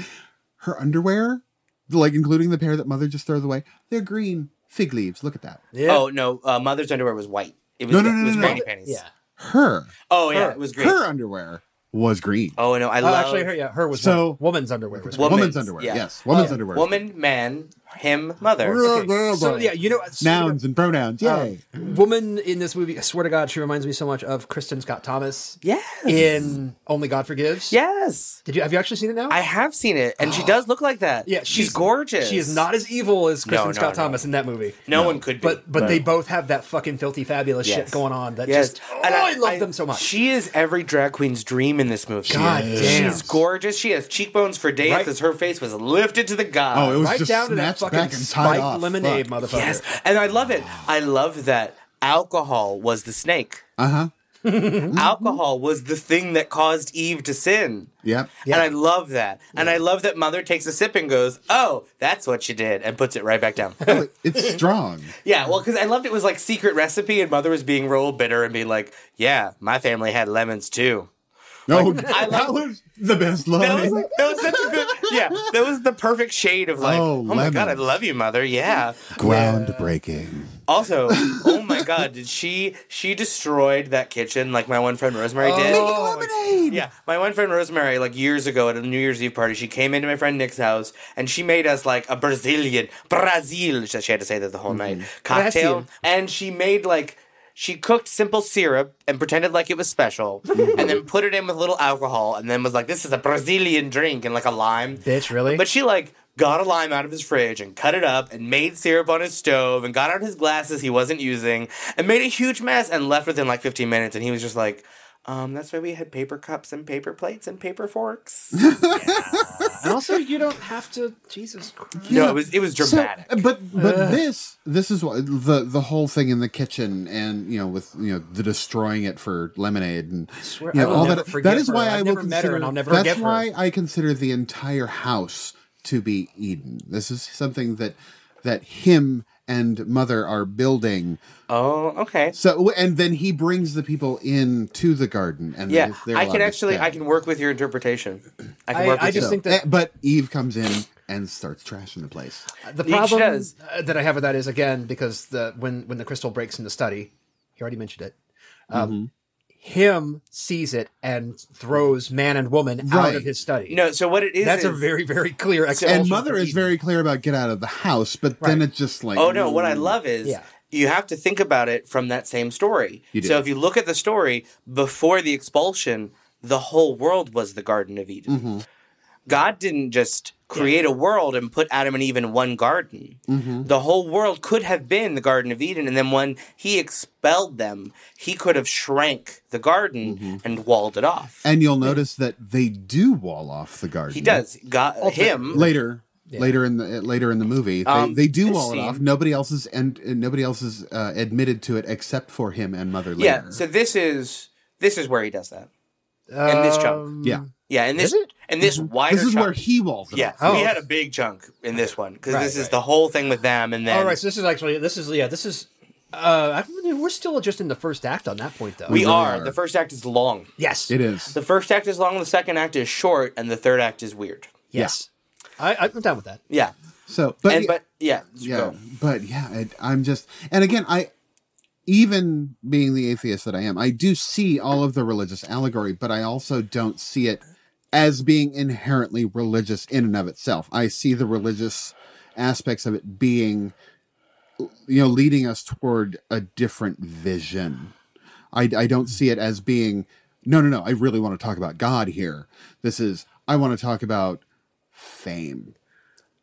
Her underwear, like including the pair that Mother just throws away, they're green fig leaves. Look at that.
yeah.
Oh no, uh, mother's underwear was white. It was,
No, no,
it
no,
was
no, no.
granny panties.
yeah.
Her,
Oh yeah,
Her-
it was green.
her underwear was green.
Oh no, I
Oh,
love
actually, her yeah, her was
So-
so woman's underwear was
Woman-
woman's
woman's,
underwear.
yeah.
Yes, woman's underwear.
woman, man, him, mother.
Ruh,
Okay.
ruh,
So
ruh.
yeah, you know
Nouns and pronouns.
Oh.
Yay.
woman in this movie. I swear to God, she reminds me so much of Kristen Scott Thomas
Yes.
in Only God Forgives.
Yes.
Did you have you actually seen it now?
I have seen it, and she does look like that.
yeah,
she's, gorgeous.
She is not as evil as Kristen
no,
Scott
no.
Thomas in that movie.
No, one could be.
But but they both have that fucking filthy fabulous
Yes.
shit going on that
Yes.
just oh, I, love them so much.
She is every drag queen's dream in this movie.
God damn.
She's gorgeous. She has cheekbones for days
Right.
as her face was lifted to the god.
Oh, it was
right
just
down to that
snatched
fucking
back and tied
spiked
off.
lemonade,
Fuck.
motherfucker.
Yes, and I love it. I love that alcohol was the snake.
Uh huh.
Mm-hmm.
Alcohol was the thing that caused Eve to sin.
Yep.
And I love that. And I love that mother takes a sip and goes, "Oh, that's what she did," and puts it right back down.
It's strong.
yeah, well, because I loved it was like secret recipe, and mother was being real bitter and being like, "Yeah, my family had lemons too."
No,
I
that
like-
was the best line.
That was like that was such a good yeah. That was the perfect shade of like,
Oh,
oh, my god, I
lemons.
love you, mother. Yeah.
Groundbreaking.
Also, oh my god, did she she destroyed that kitchen like my one friend Rosemary did?
Oh,
Lemonade.
Yeah, my one friend Rosemary, like years ago at a New Year's Eve party, she came into my friend Nick's house and she made us like a Brazilian Brazil. She she had to say that the whole night cocktail,
Brazil.
and she made like. She cooked simple syrup and pretended like it was special, and then put it in with a little alcohol, and then was like, "This is a Brazilian drink," and like a lime.
Bitch, really?
But she like got a lime out of his fridge and cut it up and made syrup on his stove and got out his glasses he wasn't using and made a huge mess and left within like 15 minutes and he was just like um, that's why we had paper cups and paper plates and paper forks.
and also you don't have to Jesus Christ.
No, it was it was dramatic.
So, uh, but but this this is what the the whole thing in the kitchen and you know with you know the destroying it for lemonade and
swear,
you know,
I will
all
never
that
forgive
that is
her.
why
I've
I will
never met her,
consider
and I'll never
that's
forgive her.
why I consider the entire house to be Eden. This is something that that him and mother are building.
oh, okay.
So and then he brings the people in to the garden and
Yeah,
they- they're
I
allowed
can
to
actually I
stand.
can work with your interpretation. I can
I-
work with
I
I
just
So,
think that-
eh, but Eve comes in and starts trashing the place.
The
Yeah, she
problem
does.
uh, that I have with that is again because the when when the crystal breaks in the study, he already mentioned it. Um, Him sees it and throws man and woman out
Right.
of his study.
no. So what it is?
that's a
is-
very very clear explanation.
and mother
for
is
Eden.
very clear about get out of the house, but then
Right.
it's just like
Oh no, what I love is
Yeah.
you have to think about it from that same story.
You do.
So if you look at the story before the expulsion, the whole world was the Garden of Eden.
Mm-hmm.
God didn't just create a world and put Adam and Eve in one garden.
Mm-hmm.
The whole world could have been the Garden of Eden, and then when he expelled them, he could have shrank the garden and walled it off.
Mm-hmm. And you'll notice that they do wall off the garden.
he does. God, him.
later. Later in the eh, later in the movie, they,
Um,
they do
this
wall it off.
scene-
Nobody else is and, and nobody else is uh, admitted to it except for him and mother. Later.
yeah. So this is this is where he does that. in this chunk.
Um,
yeah,
Yeah, and this
Is it?
and this wider
Mm-hmm. this is
chunk.
where he walls it.
Yeah,
off.
Oh.
we had a big chunk in this one because
Right,
this is
right.
the whole thing with them, and then
All right, so this is actually this is yeah this is. Uh, I mean, we're still just in the first act on that point though.
we
really
are.
are.
The first act is long.
yes
it is.
The first act is long. The second act is short, and the third act is weird.
yes. I, I'm down with that.
Yeah,
So, but
and
yeah,
but yeah,
yeah,
go.
but yeah, it, I'm just and again, I even being the atheist that I am, I do see all of the religious allegory, but I also don't see it as being inherently religious in and of itself. I see the religious aspects of it being you know leading us toward a different vision. I, I don't see it as being no no no I really want to talk about God here. This is I want to talk about fame.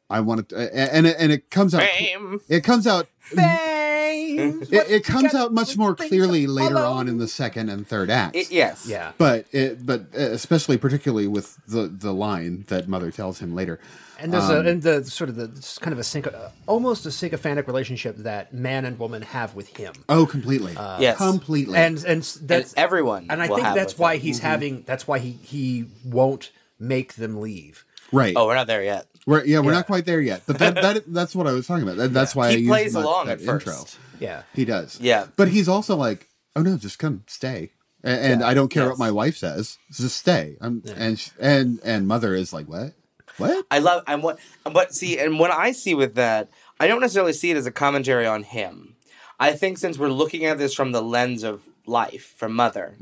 I want to and it, and it comes out
Fame.
it comes out
names.
It, it comes
got-
out much more
things
clearly
all
later
alone.
on in the second and third acts.
It- yes.
yeah.
But it, but uh, especially particularly with the the line that mother tells him later.
And there's
Um,
a, and the sort of the it's kind of a synch- uh, almost a sycophantic relationship that man and woman have with him,
Oh, completely.
Yes.
Completely.
and and s- that's
And everyone
and I
will
think
have
that's
with
why
him.
he's having that's why he he won't make them leave.
right.
Oh, we're not there yet.
We're, yeah, we're not quite there yet, but that, that that's what I was talking about. That, that's why
He
I used
plays
my-
along
that
at first.
intro.
Yeah,
He does.
Yeah.
but he's also like, oh no, just come stay, A- and, I don't care what my wife says, just stay. I'm, And sh- and and mother is like, what, what?
I love and what but see and what I see with that, I don't necessarily see it as a commentary on him. I think since we're looking at this from the lens of life, from mother,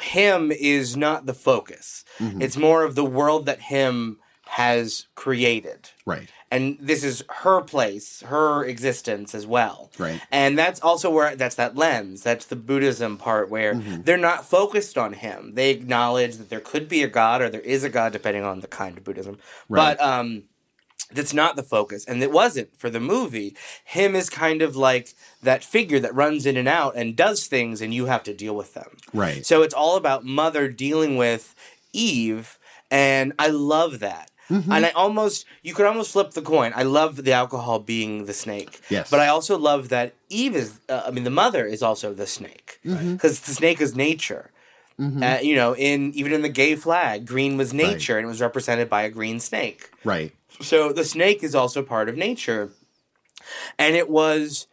him is not the focus. It's more of the world that him has created.
Right.
And this is her place, her existence as well.
Right.
And that's also where that's that lens. That's the Buddhism part where
Mm-hmm.
they're not focused on him. They acknowledge that there could be a god or there is a god, depending on the kind of Buddhism.
Right.
But um, that's not the focus, and it wasn't for the movie. Him is kind of like that figure that runs in and out and does things, and you have to deal with them.
Right.
So it's all about mother dealing with Eve, and I love that.
Mm-hmm.
And I almost you could almost flip the coin. I love the alcohol being the snake.
Yes.
But I also love that Eve is. Uh, I mean, the mother is also the snake because
Mm-hmm.
the snake is nature. Uh, you know, in even in the gay flag, green was nature, and it was represented by a green snake.
Right.
So the snake is also part of nature. And it was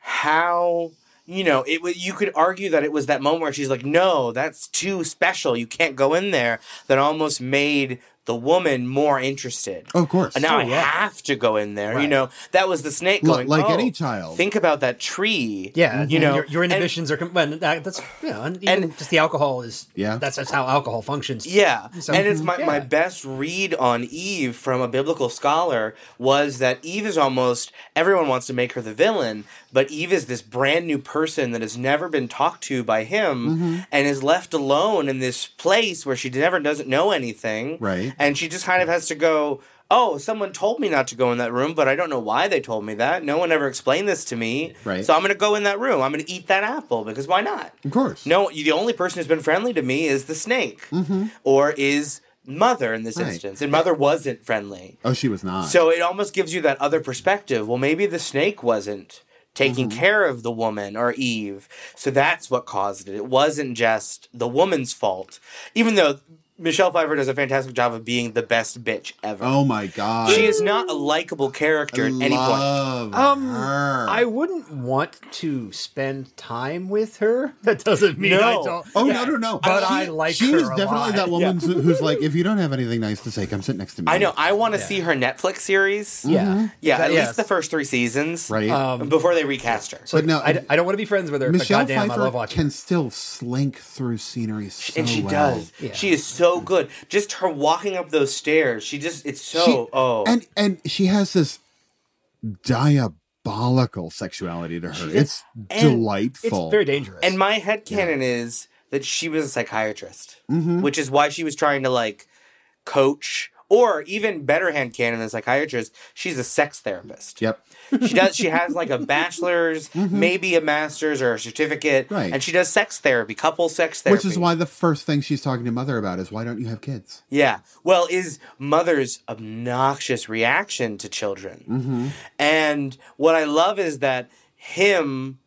how you know, it was you could argue that it was that moment where she's like, "No, that's too special. You can't go in there." That almost made the woman more interested.
Of course.
And now
Oh,
I have to go in there. You
Right.
know, that was the snake
Li-
going
like
"Oh,
any child."
Think about that tree.
yeah.
you know,
your, your
and-
inhibitions are com- when that, that's yeah, and, even
And-
just the alcohol is
Yeah.
That's that's how alcohol functions.
Yeah.
So-
and it's
Mm-hmm.
my, my
Yeah.
best read on Eve from a biblical scholar was that Eve is almost everyone wants to make her the villain, but Eve is this brand new person that has never been talked to by him
Mm-hmm.
and is left alone in this place where she never doesn't know anything.
Right.
And she just kind of has to go, Oh, someone told me not to go in that room, but I don't know why they told me that. No one ever explained this to me.
Right.
So I'm gonna go in that room. I'm gonna eat that apple because why not?
Of course.
No, you- the only person who's been friendly to me is the snake,
Mm-hmm.
or is mother in this
Right.
instance, and mother wasn't friendly.
Oh, she was not.
So it almost gives you that other perspective. Well, maybe the snake wasn't taking
Mm-hmm.
care of the woman or Eve, so that's what caused it. It wasn't just the woman's fault, even though Michelle Pfeiffer does a fantastic job of being the best bitch ever.
oh my god.
She is not a likable character at any point.
Love
Um,
her.
I wouldn't want to spend time with her. That doesn't mean I
No.
don't.
Oh
Yeah.
no no no!
But
she,
I like
She
her
was
a
definitely
lot.
that
Yeah.
woman who- who's like, if you don't have anything nice to say, come sit next to me.
I know. I want to see her Netflix series.
Mm-hmm.
Yeah.
Yeah, at
That- yes.
least the first three seasons.
right?
Um,
Before they recast her.
so
But no,
I, I don't want to be friends with her.
Michelle
but goddamn, I love
Pfeiffer
watching.
can still slink through scenery, so
and she
well.
does.
Yeah.
She is so good. Just her walking up those stairs. She just it's so
She-
oh
and and she has this diabolical sexuality to her. It's
and
delightful.
it's very dangerous.
and my headcanon is that she was a psychiatrist,
Mm-hmm.
which is why she was trying to like coach or even better headcanon than psychiatrist, she's a sex therapist.
Yep.
She does she has like a bachelor's, maybe a master's or a certificate
Mm-hmm. Right.
and she does sex therapy, couple sex therapy.
Which is why the first thing she's talking to mother about is why don't you have kids?
Yeah. Well, is mother's obnoxious reaction to children. And what I love is that him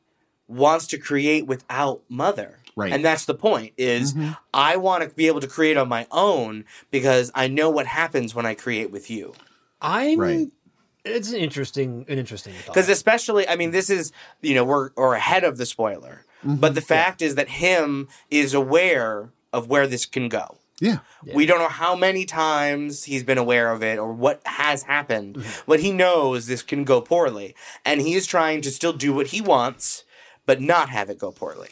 wants to create without mother.
Right.
And that's the point is I want to be able to create on my own because I know what happens when I create with you.
I'm.
Right.
It's an interesting, an interesting. thought.
Because especially, I mean, this is you know we're or ahead of the spoiler, but the fact is that him is aware of where this can go.
Yeah.
We don't know how many times he's been aware of it or what has happened, but he knows this can go poorly. And he is trying to still do what he wants, but not have it go poorly.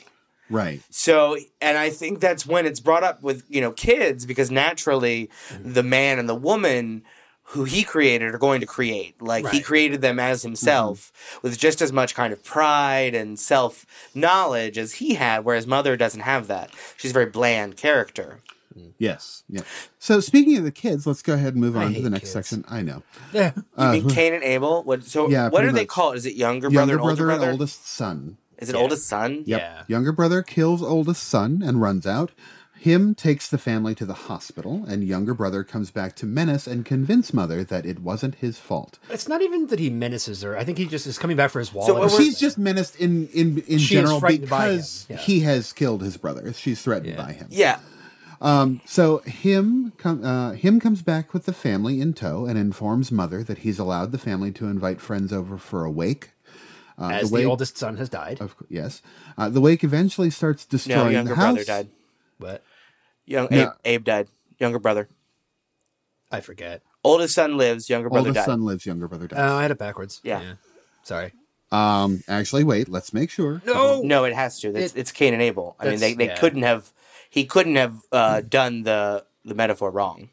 Right.
So, and I think that's when it's brought up with, you know, kids, because naturally the man and the woman who he created are going to create. Like he
Right.
created them as himself with just as much kind of pride and self knowledge as he had, whereas mother doesn't have that. She's a very bland character.
Yes. Yeah. So speaking of the kids, let's go ahead and move
I
on to
hate
the next
kids.
section. I know.
Yeah.
You mean Cain and Abel? What? So
Uh, Yeah,
what are
pretty
they
much.
called? Is it younger brother,
Younger
and older
brother and
brother?
oldest son.
Is it
Yeah.
oldest son?
Yep.
Yeah.
Younger brother kills oldest son and runs out. Him takes the family to the hospital, and younger brother comes back to menace and convince mother that it wasn't his fault.
It's not even that he menaces her. I think he just is coming back for his wallet.
what
or
was-
something.
She's just menaced in in in
She is
general
frightened by him,
because
yeah.
he has killed his brother. She's threatened
Yeah.
by him.
Yeah.
So him com- uh, him comes back with the family in tow and informs mother that he's allowed the family to invite friends over for a wake. Uh, Oh.
as the
wake-
oldest son has died.
of cou- yes, uh, the wake eventually starts destroying
No,
the
younger
house.
brother died.
But
Young
No.
Abe, Abe died. Younger brother.
I forget.
Oldest son lives. Younger brother
Oldest
died.
son lives, younger brother dies.
Oh, I had it backwards.
Yeah.
Sorry.
Um, actually, wait. Let's make sure.
No.
No, it has to. It's,
It-
it's Cain and Abel. I mean, they,
That's-
they
yeah.
couldn't have. He couldn't have uh,
Hmm.
done the the metaphor wrong.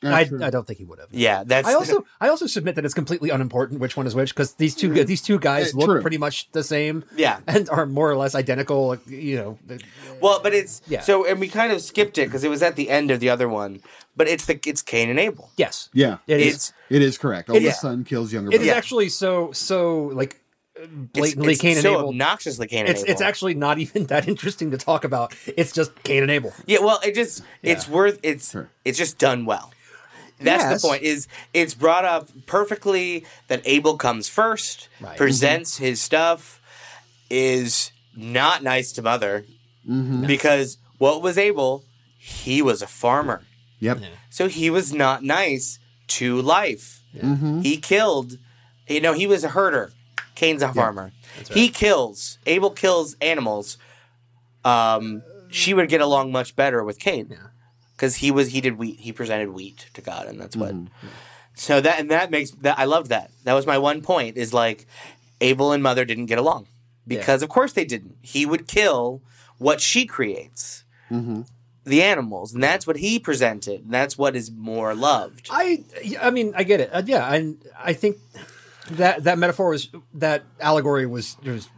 I,
Sure.
I don't think he would have.
Yeah, that's.
I also I also submit that it's completely unimportant which one is which because these two these two guys
Eh,
look
true.
pretty much the same.
Yeah.
and are more or less identical. Like, you know, the-
well, but it's
Yeah.
so, and we kind of skipped it because it was at the end of the other one. But it's the it's Cain and Abel.
yes,
yeah,
it is.
It's
it is correct. Oldest
yeah.
son kills younger
It is
brother.
actually so so like
it's,
blatantly
it's
Cain and
so
Abel.
obnoxiously Cain and
It's
Abel.
it's actually not even that interesting to talk about. It's just Cain and Abel.
Yeah, well, it just it's worth it's
Sure.
it's just done well. That's
Yes.
the point. Is it's brought up perfectly that Abel comes first,
Right.
presents his stuff, is not nice to mother
Mm-hmm.
because what was Abel? He was a farmer,
Yep.
so he was not nice to life.
Mm-hmm.
He killed. You know, he was a herder. Cain's a farmer. He kills. Abel kills animals. Um, she would get along much better with Cain because he was he did wheat. He presented wheat to God, and that's what. So that and that makes that I loved that. That was my one point. Is like Abel and Mother didn't get along because of course they didn't. He would kill what she creates. The animals, and that's what he presented, and that's what is more loved.
I I mean I get it. Uh, yeah, and I think that that metaphor was that allegory was was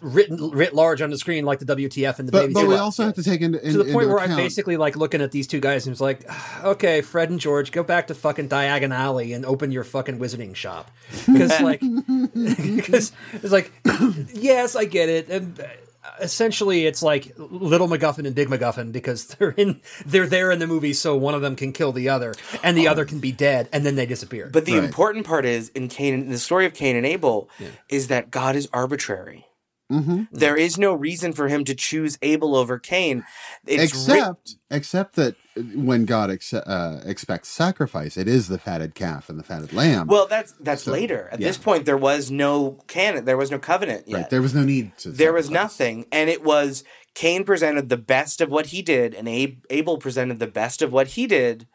written writ large on the screen like the WTF and the
But
baby.
but we
Yes.
also have to take into in,
to the
into
point where
account,
I'm basically like looking at these two guys and it's like, "Ah, okay, Fred and George, go back to fucking Diagon Alley and open your fucking wizarding shop. Because like, because it's like, yes, I get it. And uh, essentially, it's like Little MacGuffin and Big MacGuffin because they're in, they're there in the movie, so one of them can kill the other, and the other can be dead, and then they disappear.
But the
Right.
important part is in Cain, in the story of Cain and Abel, is that God is arbitrary.
Mm-hmm.
There is no reason for him to choose Abel over Cain. It's writ-
except except that when God ex- uh, expects sacrifice, it is the fatted calf and the fatted lamb.
well, that's that's later. At
yeah.
this point, there was no canon. There was no covenant yet.
right. There was no need to.
there was
sacrifice.
nothing, and it was Cain presented the best of what he did, and Ab- Abel presented the best of what he did,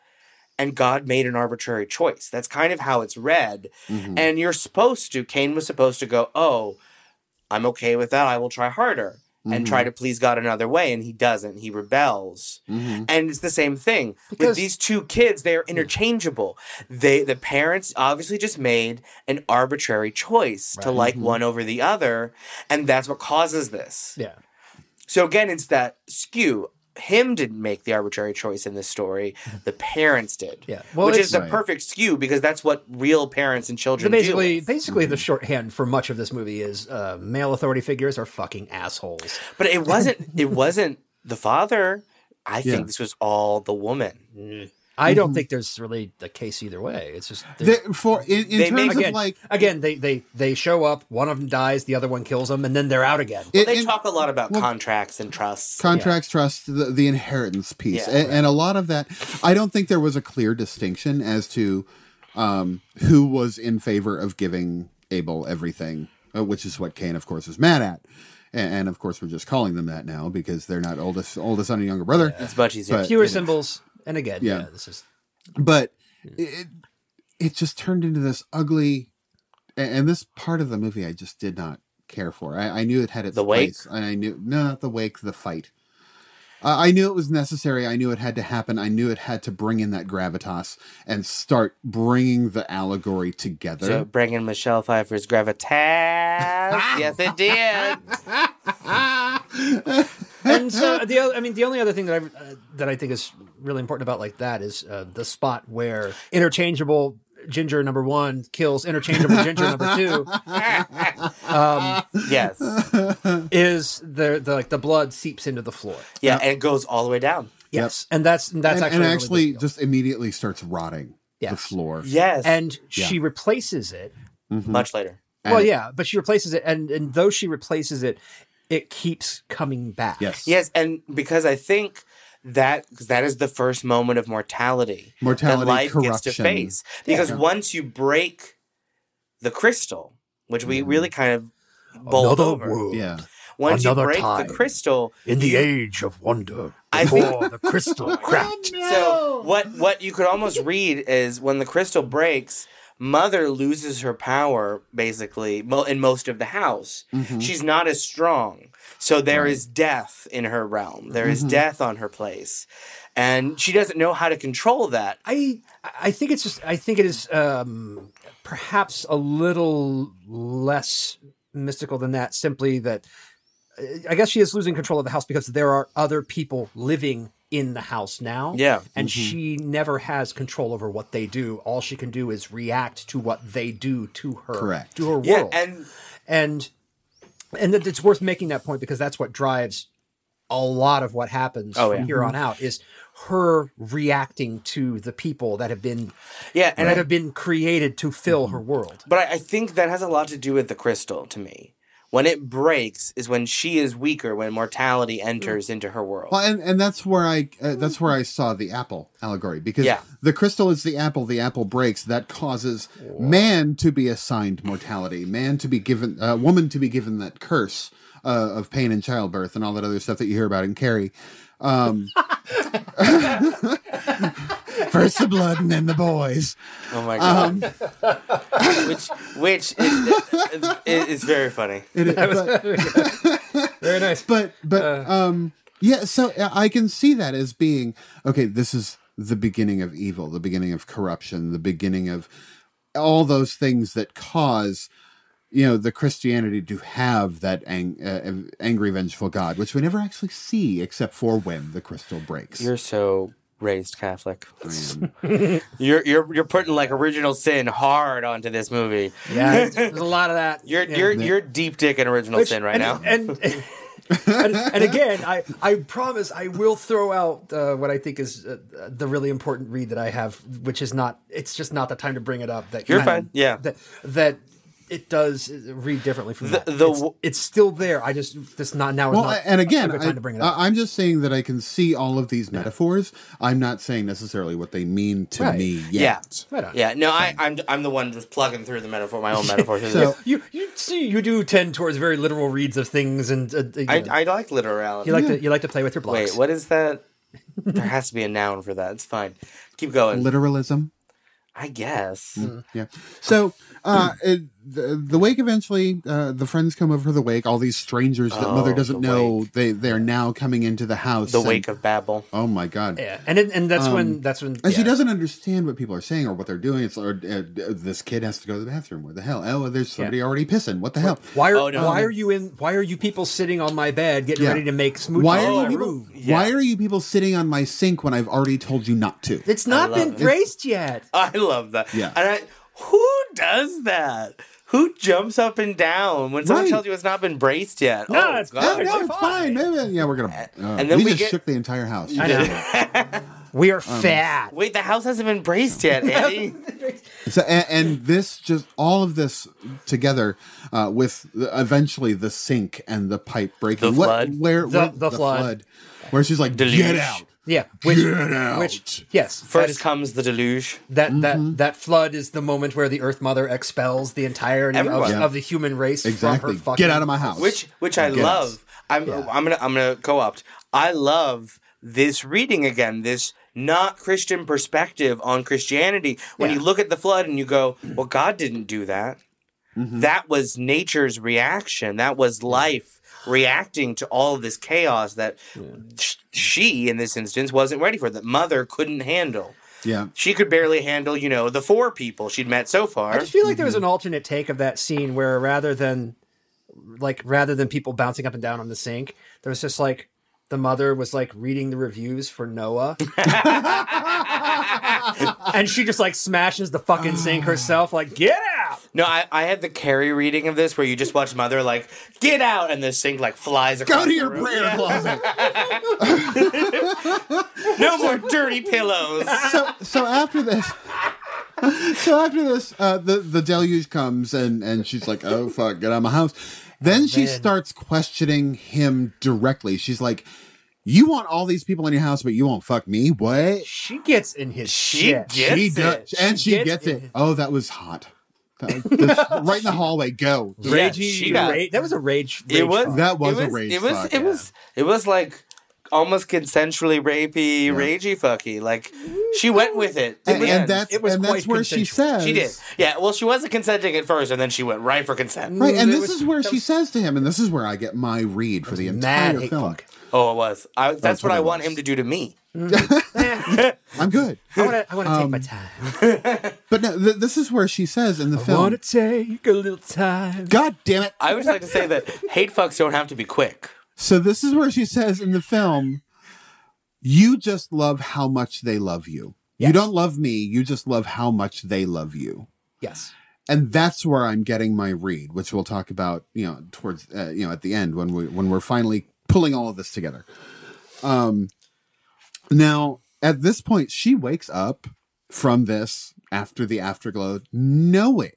and God made an arbitrary choice. That's kind of how it's read, and you're supposed to. Cain was supposed to go, "Oh, I'm okay with that. I will try harder and try to please God another way," and he doesn't. He rebels, and it's the same thing
Because-
with these two kids. They are interchangeable. They the parents obviously just made an arbitrary choice to like one over the other, and that's what causes this.
yeah,
So again, it's that skew. Him didn't make the arbitrary choice in this story. The parents did.
Yeah. Well,
which
it's-
is the
Right.
perfect skew because that's what real parents and children
basically,
do.
basically the shorthand for much of this movie is uh, male authority figures are fucking assholes.
But it wasn't. It wasn't the father. I
Yeah.
think this was all the woman.
I don't think there's really a case either way. It's just
Mm-hmm. There- for in, in
They
terms
make-
of
again,
like
again they, they they show up one of them dies the other one kills them and then they're out again
in-
They
in-
talk a lot about
well,
contracts and trusts.
contracts trust the, the inheritance piece
Yeah,
and, and a lot of that i don't think there was a clear distinction as to um, who was in favor of giving abel everything uh, which is what cain of course is mad at and, and of course we're just calling them that now because they're not oldest oldest son and younger brother
it's much easier.
But-
fewer symbols and again yeah,
Yeah.
this is
but it it just turned into this ugly a- and this part of the movie i just did not care for i, I knew it had its
The wake?
place and i knew no not the wake the fight uh, i knew it was necessary i knew it had to happen i knew it had to bring in that gravitas and start bringing the allegory together
So bringing Michelle Pfeiffer's gravitas. yes, it did.
and so the other, I mean, the only other thing that I uh, that I think is really important about like that is uh, the spot where interchangeable ginger number one kills interchangeable ginger number two um,
yes.
is the, the like the blood seeps into the floor.
Yeah, and it goes all the way down.
Yes, and that's and that's
and,
actually
and
a really
actually
big deal.
just immediately starts rotting
Yeah.
the floor.
Yes.
and
Yeah.
she replaces it.
Mhm.
much later.
well,
And-
yeah, but she replaces it, and and though she replaces it, it keeps coming back.
Yes.
Yes, and because I think that 'cause that is the first moment of mortality.
Mortality,
that life
corruption.
gets to face. Because
Yeah.
once you break the crystal, which we
Mhm.
really kind of bowled over,
Yeah.
once you
another
break
time.
the crystal,
In the age of wonder,
I
before the crystal cracked,
so what what you could almost read is when the crystal breaks, mother loses her power basically mo- in most of the house.
Mhm.
She's not as strong. So there is death in her realm. There is death on her place. And she doesn't know how to control that.
I I think it's just I think it is um, perhaps a little less mystical than that. Simply that uh, I guess she is losing control of the house because there are other people living in the house now.
Yeah.
and she never has control over what they do. All she can do is react to what they do to her,
Correct.
to her
Yeah,
world,
and
and and that it's worth making that point because that's what drives a lot of what happens
Oh,
from
yeah.
here on out is her reacting to the people that have been
yeah, and
that
I,
have been created to fill her world.
but I, I think that has a lot to do with the crystal to me. When it breaks is when she is weaker when mortality enters into her world.
Well, and, and that's where I uh, that's where I saw the apple allegory because
Yeah.
the crystal is the apple. The apple breaks. That causes man to be assigned mortality. Man to be given uh, woman to be given that curse uh, of pain and childbirth and all that other stuff that you hear about in Carrie. Um, first the blood and then the boys.
Oh my god. which which is, is, is very funny.
It- but-
Very nice. Uh,
but but um yeah so i can see that as being okay this is the beginning of evil the beginning of corruption the beginning of all those things that cause you know the christianity to have that ang- uh, angry vengeful god which we never actually see except for when the crystal breaks
You're so raised Catholic. you're you're you're putting like original sin hard onto this movie.
Yeah, there's a lot of that.
You're
Yeah.
you're you're deep dick in original
Which-
sin right
and,
now.
And, and, and again, I, I promise I will throw out uh, what I think is uh, the really important read that I have, which is not, it's just not the time to bring it up. That
You're
kinda-
fine, yeah.
That, that it does read differently from
The-
that.
the
it's,
w-
it's still there. I just, this not, now is
well,
not
and again,
a good
I,
time to bring it up.
am just saying that I can see all of these metaphors. I'm not saying necessarily what they mean to
Right.
me
yeah.
yet.
Right on.
Yeah, no, I, I'm I'm the one just plugging through the metaphor, my own metaphor.
So-
You, you see, you do tend towards very literal reads of things and uh, you,
I,
know,
I like literality.
you like to, you like to play with your blocks.
Wait, what is that? There has to be a noun for that. It's fine. Keep going.
Literalism.
I guess.
Mm-hmm.
Yeah. So uh, it, the, the wake eventually, uh, the friends come over for the wake. All these strangers that
Oh,
mother doesn't
the
know,
wake.
they they're now coming into the house.
The
and-
wake of Babel.
Oh my god.
Yeah. And, it, and that's
Um,
when, that's when,
And she
yeah.
doesn't understand what people are saying or what they're doing. It's or, uh, this kid has to go to the bathroom. What the hell? Oh, there's somebody already pissing. What the hell?
Why are
Oh, no.
why are you in why are you people sitting on my bed getting
Yeah.
ready to make smoothie
Why
in
are,
my
you people,
room?
why are you people sitting on my sink when I've already told you not to?
It's not
love
been
it.
braced yet.
I love that.
Yeah.
And I, who does that? Who jumps up and down when someone
Right.
tells you it's not been braced yet?
No, it's
Oh,
God.
no, it's fine. Maybe- Yeah, we're gonna. Uh,
And then
we,
we
just
get-
shook the entire house.
I know. we are
Um,
fat.
Wait, the house hasn't been braced yet, Andy.
So and, and this just all of this together uh, with the, eventually the sink and the pipe breaking.
The
What-
flood.
where
The-
where-
the flood.
Where she's like,
Deluge.
get out.
Yeah. Which,
Get out. Mm-hmm.
which yes, that,
First
is,
comes the deluge.
that that that flood is the moment where the Earth Mother expels the entirety of,
Everyone.
of the human race
Exactly.
from her fucking
Get out of my house.
Which which I
Yes.
love. I'm I'm gonna I'm gonna co-opt. I love this reading again, this not Christian perspective on Christianity. When you look at the flood and you go, Well, God didn't do that.
Mm-hmm.
That was nature's reaction. That was life reacting to all of this chaos that sh- she, in this instance, wasn't ready for, that mother couldn't handle.
Yeah.
She could barely handle, you know, the four people she'd met so
I
far.
just feel like there was an alternate take of that scene where rather than like rather than people bouncing up and down on the sink, there was just like the mother was like reading the reviews for Noah. and she just like smashes the fucking sink
Ah.
herself, like, get out.
No, I, I had the Carrie reading of this where you just watch Mother like get out, and the sink like flies across.
Go to
the
your
room.
prayer
Yeah.
closet.
No more dirty pillows.
so so after this so after this uh the the deluge comes and and she's like oh fuck get out of my house then she starts questioning him directly she's like you want all these people in your house but you won't fuck me what
She gets in his
She
shit.
gets
she
it.
does and she
She
gets,
gets
it.
it.
oh that was hot That was- this- right in the hallway go
Yeah,
Ragey-
she got-
ra- that was a rage. rage
it was
fuck.
That was
it
a rage
It was
fuck,
it
yeah.
was it was like almost consensually rapey, ragey fucky. Like she went with it. to
and,
the
and
end.
that's
It was
and that's
quite
where she
consensual.
says
she did. Yeah. Well, she wasn't consenting at first, and then she went right for consent.
Right, and
It
this
was-
is where
that
she
was-
says to him, and this is where I get my read for the
mad
entire
hate
film.
fuck.
Oh, it was. I, that's what I
totally
want
was.
him to do to me.
I'm good.
I want to I wanna
Um,
take my time.
But no, th- this is where she says in the
I
film.
want to take a little time.
God damn it!
I would just like to say that hate fucks don't have to be quick.
So this is where she says in the film, "You just love how much they love you. You
Yes.
don't love me. You just love how much they love you."
Yes.
And that's where I'm getting my read, which we'll talk about, you know, towards, uh, you know, at the end when we when we're finally pulling all of this together. Um, now at this point, she wakes up from this after the afterglow, knowing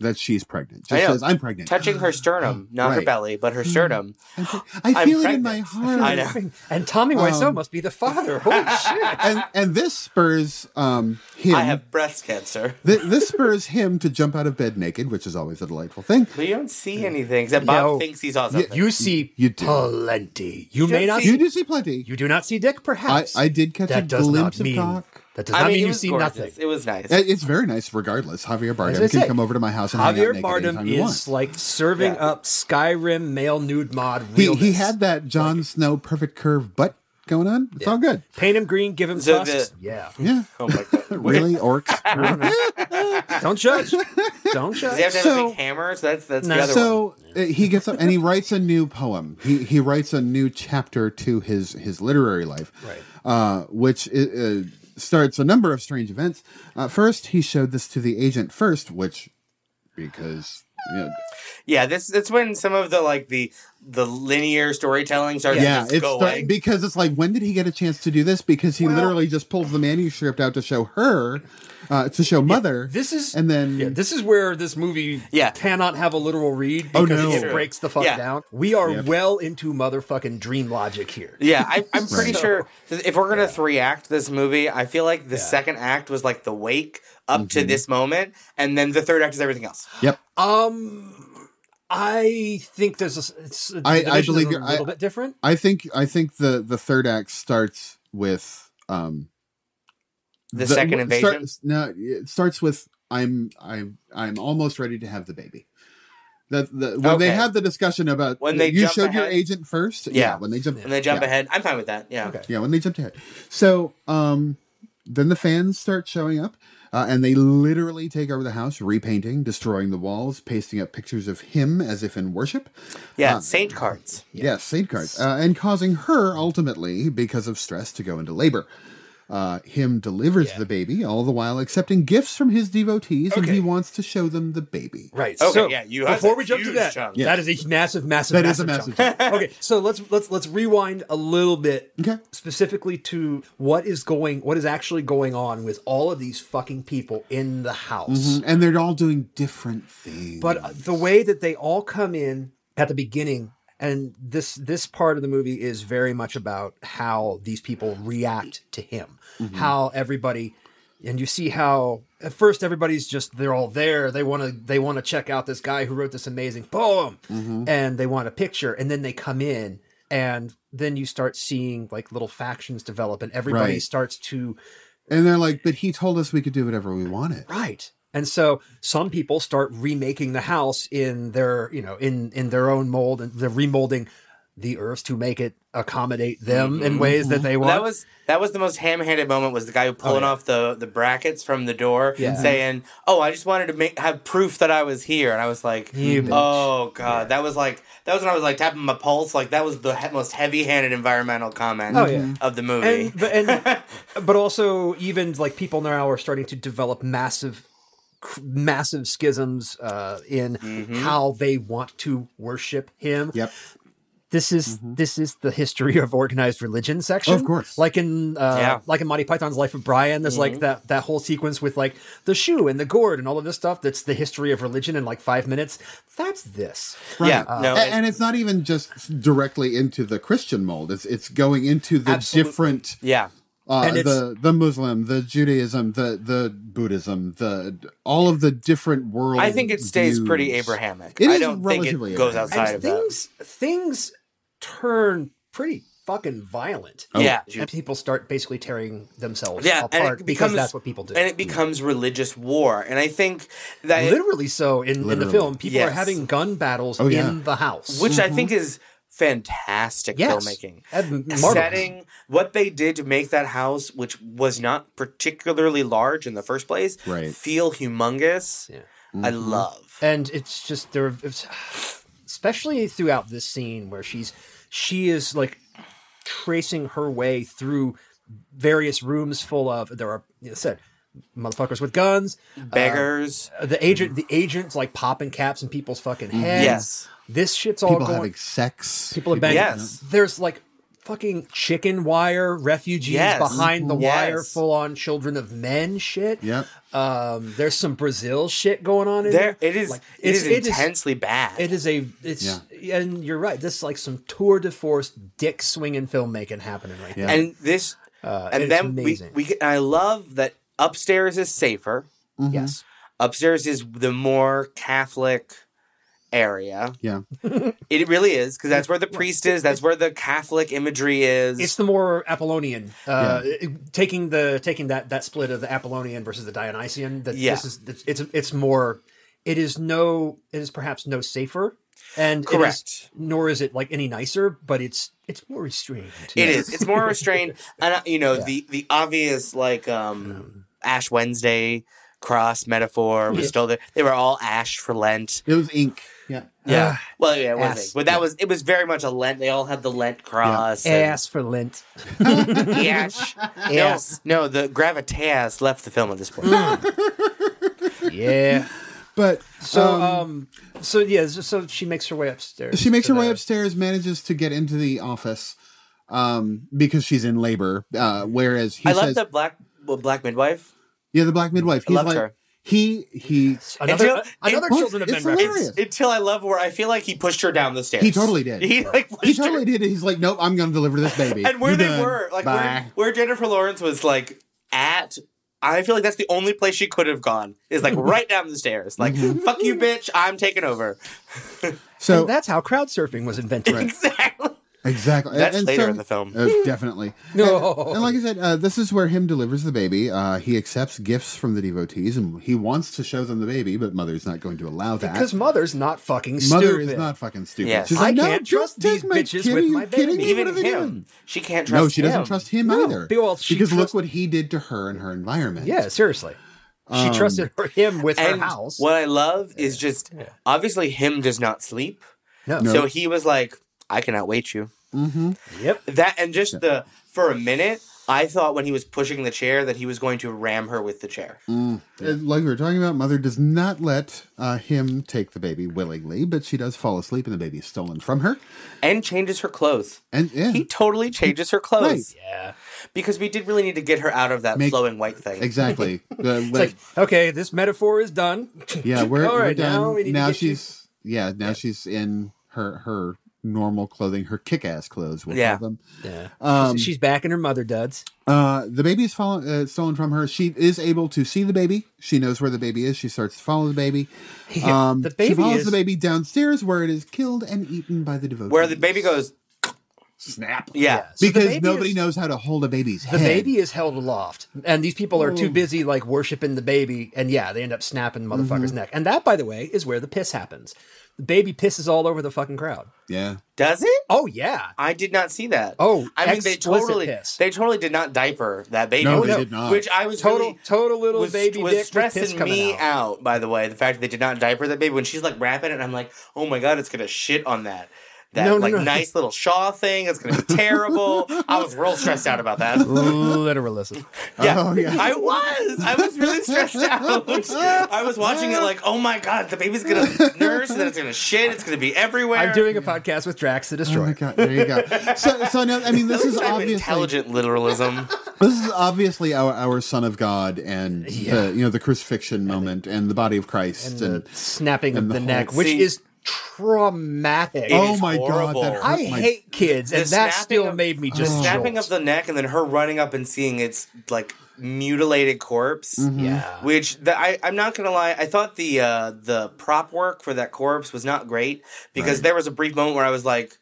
that she's pregnant.
I
Just
know.
says, "I'm pregnant."
Touching her sternum, not her
Right.
belly, but her sternum.
I
I'm
feel it
pregnant.
in my heart.
I know.
And Tommy Wiseau
Um,
must be the father. Holy shit.
And and this spurs um him.
I have breast cancer.
thi- this spurs him to jump out of bed naked, which is always a delightful thing.
But you don't see anything except Bob
No.
thinks he saw something.
You see
You do.
plenty. You, may
don't
not
see-
You do see plenty.
You do not see dick,
I,
perhaps.
I did catch
that
a
does not
glimpse of
mean
cock.
that does
I
not mean,
mean, it
you
was
see
gorgeous.
nothing.
It was nice.
It- It's very nice, regardless. Javier
As I
Bardem can
say,
come over to my house and hang out
Javier
naked
Bardem
anytime you
is
want.
like serving
Yeah.
up Skyrim male nude mod.
He, he
realness.
had that Jon Snow perfect curve butt going on. It's all good.
paint him green, give him
So
tusks.
the-
yeah,
Yeah.
oh my god.
Really, orcs.
don't judge, don't judge.
Does he have to have a
So-
big hammer? So that's that's
No.
the other one.
so uh, he gets up and he writes a new poem. He he writes a new chapter to his his literary life,
Right.
Uh, which i uh, starts a number of strange events. Uh, first, he showed this to the agent first, which because you know,
Yeah, this that's when some of the like the the linear storytelling starts
yeah,
to just
it's
go
start-
away.
because it's like when did he get a chance to do this? Because he literally just pulls the manuscript out to show her, uh, to show mother.
This is
and then
yeah, this is where this movie
Yeah.
cannot have a literal read
Oh,
because
no.
it breaks the fuck
Yeah.
down. We are well into motherfucking dream logic here.
yeah, I, I'm pretty
Right.
sure that if we're gonna three act this movie, I feel like the second act was like the wake up to this moment, and then the third act is everything else.
yep,
Um, I think there's a s- it's, the
I- I
division is
believe
a
you're- I-
little bit different.
I think I think the the third act starts with um
The, second
w- start-
invasion.
no, it starts with I'm I'm I'm almost ready to have the baby. That the, when they
Okay.
have the discussion about uh,
When they
you
jump
showed your
ahead.
agent first, yeah.
Yeah.
when they jump
and they jump
yeah.
ahead. I'm fine with that. Yeah.
Okay.
yeah, when they jumped ahead. So um, then the fans start showing up, uh, and they literally take over the house, repainting, destroying the walls, pasting up pictures of him as if in worship.
Yeah. Saint cards.
Yes, saint cards, uh, and causing her ultimately, because of stress, to go into labor. Uh, him delivers the baby, all the while accepting gifts from his devotees, and he
Okay.
wants to show them the baby.
Right.
Okay,
So
yeah, you have
before
that
we jump to
huge
that,
chunk.
Yeah.
that is a massive, massive,
That is
massive
a massive
chunk. okay, so let's let's let's rewind a little bit,
Okay.
specifically to what is going, what is actually going on with all of these fucking people in the house.
And they're all doing different things.
But uh, the way that they all come in at the beginning, and this this part of the movie is very much about how these people react to him, how everybody, and you see how at first everybody's just they're all there. They want to they want to check out this guy who wrote this amazing poem, and they want a picture, and then they come in. And then you start seeing like little factions develop, and everybody
Right.
starts to
and they're like, but he told us we could do whatever we wanted.
Right. And so some people start remaking the house in their, you know, in in their own mold and they're remolding the Earth to make it accommodate them in ways that they want.
Mm-hmm.
Oh,
That was that was the most ham-handed moment. Was the guy pulling off the the brackets from the door,
Yeah.
saying, "Oh, I just wanted to make have proof that I was here," and I was like,
bitch.
"Oh god, that was like that was when I was like tapping my pulse. Like that was the he- most heavy-handed environmental comment
Oh, yeah.
of the movie."
and but, and but also even like people now are starting to develop massive cr- massive schisms uh, in
Mm-hmm.
how they want to worship him
Yep.
this is this is the history of organized religion section
Mm-hmm. Of course.
like in uh,
Yeah. Mm-hmm.
like in monty python's life of brian there's like that that whole sequence with like the shoe and the gourd and all of this stuff that's the history of religion in like five minutes that's this
Yeah, no,
A-
uh,
it-
and, it's not even just directly into the Christian mold. It's it's going into the
Absolutely.
different
yeah,
uh,
And it's-
the the Muslim, the Judaism, the the Buddhism, the all of the different world.
I think it stays pretty
views.
Abrahamic.
It
I
is
don't think
relatively
it goes
Abrahamic.
outside of
and
that.
things things turn pretty fucking violent
Yeah.
and people start basically tearing themselves
Yeah, and it
apart because
becomes-
that's what people do
And it becomes religious war, and I think that
literally so in, in the
Literally.
film people are
Yes.
having gun battles
Oh, yeah.
in the house
which I think is fantastic
yes
filmmaking.
And marvelous.
setting what they did to make that house, which was not particularly large in the first place,
Right.
feel humongous.
Yeah. Mm-hmm.
I love.
and it's just there it's, especially throughout this scene where she's she is like tracing her way through various rooms full of there are you know, said motherfuckers with guns
Beggars.
uh, the agent the agents like popping caps in people's fucking heads
Mm-hmm. Mm, yes.
this shit's all
People
going
having sex.
people are banging
Yes.
there's like fucking chicken wire refugees
Yes.
behind the
Mhm.
wire
Yes.
full on children of men shit
Yep.
um there's some brazil shit going on in
There it is
Like,
it
it's-
is
it is-
intensely bad.
it is a it's and you're right. This is like some tour de force dick swinging filmmaking happening right now.
and this
it's
and then we,
amazing.
we get- I love that upstairs is safer.
Mm-hmm.
Yes,
Upstairs is the more Catholic area.
Yeah.
It really is because that's where the priest is. That's where the Catholic imagery is.
it's the more Apollonian, uh, taking the taking that that split of the Apollonian versus the Dionysian. That
Yeah.
this is it's it's more. It is no. It is perhaps no safer, and it is-
Correct.
nor is it like any nicer, but it's it's more restrained.
It is. It's more restrained, and uh, you know the the obvious like um Ash Wednesday cross metaphor was still there. They were all ash for Lent.
It was ink. Yeah.
Yeah. well, yeah, it was.
ass.
it. But that was it. Was very much a Lent. They all had the Lent cross.
ass for lint.
And the ash.
Yes.
No, no, the gravitas left the film at this point.
Yeah.
But
So
um,
um, So yeah. So, so she makes her way upstairs.
she makes
to
her way
the-
upstairs, manages to get into the office um, because she's in labor. Uh, whereas he
I
says,
love the black well, black midwife.
"Yeah, the black midwife." He's
loved
like,
her.
he he
Another, uh,
Until-
another
it-
children of
it's
men
hilarious.
reference.
Until I love where I feel like he pushed her down the stairs.
He totally did.
He like pushed
he
her.
totally did. it. He's like, "Nope, I'm going to deliver this baby."
and where
You're
they
done.
were, like
Bye.
where, where Jennifer Lawrence was like at. I feel like that's the only place she could have gone is like right down the stairs. Like,
Mm-hmm.
fuck you, bitch. I'm taking over.
so
And that's how crowd surfing was invented.
Exactly.
Exactly.
That's later in the film.
Uh, definitely.
No.
And, and like I said, uh, this is where him delivers the baby. Uh, he accepts gifts from the devotees and he wants to show them the baby, but mother's not going to allow that.
Because mother's not fucking
Mother
stupid.
is not fucking stupid.
Yes.
She's
I
like, no,
can't
just
trust
take
these
my
bitches
kid.
with
Are you
my
kidding
baby.
me?
Even
What
him.
have I done?
She can't trust
No, she doesn't
him.
trust him
No,
either.
well, she
because
trust-
look what he did to her and her environment.
Yeah, seriously. She
Um,
trusted her, him with her
And
house.
what I love is just obviously him does not sleep.
No.
So he was like, I can outwait you.
Yep.
That and just the for a minute, I thought when he was pushing the chair that he was going to ram her with the chair.
Uh, Like we were talking about, mother does not let uh, him take the baby willingly, but she does fall asleep and the baby is stolen from her.
And changes her clothes.
And yeah,
He totally changes her clothes.
Yeah.
because we did really need to get her out of that
Make-
flowing white thing.
exactly. The-
It's like, okay, this metaphor is done.
Yeah, we're,
All
we're
right,
done.
now
Now,
we need to get you-
she's yeah, now she's in her her normal clothing, her kick ass clothes. We'll
Yeah.
call them.
Yeah.
Um,
She's back in her mother duds.
Uh, the baby is fallen, uh, stolen from her. She is able to see the baby. She knows where the baby is. She starts to follow the baby.
Yeah,
Um,
the
she
baby
follows
is-
the baby downstairs where it is killed and eaten by the devotees.
Where the baby goes,
snap.
Yeah.
So the
because
baby
nobody
is-
knows how to hold a baby's
The
head.
baby is held aloft, and these people are too busy like worshiping the baby, and yeah, they end up snapping
Mm-hmm.
the motherfucker's neck. And that, by the way, is where the piss happens. The baby pisses all over the fucking crowd.
Yeah.
Does it?
Oh yeah,
I did not see that.
Oh,
I mean they
explicit
totally
piss.
they totally did not diaper that baby.
No,
which-
they did not.
Which I was
total
really-
total little
was,
baby
was
dick with piss
stressing
coming
me
out.
out. By the way, the fact that they did not diaper that baby when she's like wrapping it, and I'm like, oh my god, it's gonna shit on that. That
No, no,
like
no.
nice little Shaw thing. It's gonna be terrible. I was real stressed out about that.
Literalism.
Yeah,
Oh, yeah.
I was. I was really stressed out. I was watching it like, oh my god, the baby's gonna nurse, and then it's gonna shit. It's gonna be everywhere.
I'm doing a podcast with Drax the
Oh my
Destroyer.
god! There you go. So, so no, I mean, this
Those
is
type of
obviously
intelligent literalism.
this is obviously our, our Son of God and the you know the crucifixion moment and the body of Christ and,
the snapping of
the
the,
whole-
neck, which
See-
is traumatic.
oh
is
my
horrible.
god! That hurt
I
my-
hate kids, and
The
that
snapping
still
of-
made me just
snapping
jolt.
of the neck and then her running up and seeing its like mutilated corpse.
Mm-hmm.
yeah.
Which the, I I'm not gonna lie, I thought the uh, the prop work for that corpse was not great because there was a brief moment where I was like,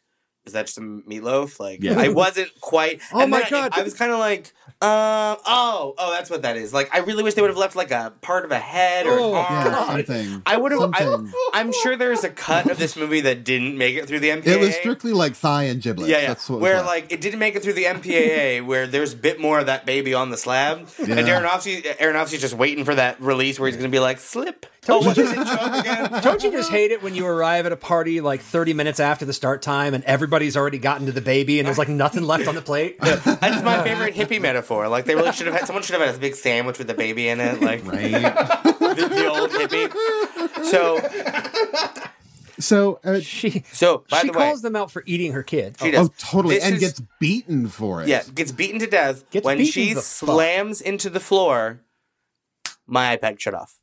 "Is that just some meatloaf?" Like
Yeah.
I wasn't quite.
Oh my
then I-
God.
I, was kind of like, um, oh, oh, that's what that is. Like I really wish they would have left like a part of a head or
Oh,
an arm.
yeah, something.
I would have.
something.
I'm sure there's a cut of this movie that didn't make it through the MPAA.
It was strictly like thigh and giblets.
Yeah, yeah.
That's what it was
where like it didn't make it through the MPAA, where there's a bit more of that baby on the slab, and
Yeah.
Aronofsky, Aronofsky's just waiting for that release where he's gonna be like, "Slip." Oh, what is it, Trump again?
Don't you just hate it when you arrive at a party like 30 minutes after the start time and everybody's already gotten to the baby and there's like nothing left on the plate?
That's my favorite hippie metaphor. Like they really should have had someone should have had a big sandwich with the baby in it, like
Right.
the, the old hippie. So,
so uh,
She
so by
she
the way,
calls them out for eating her kid.
she does.
oh, totally,
This
and
is-
gets beaten for it.
Yeah, gets beaten to death
Gets
when
beaten
she
the fuck.
slams into the floor. My iPad shut off.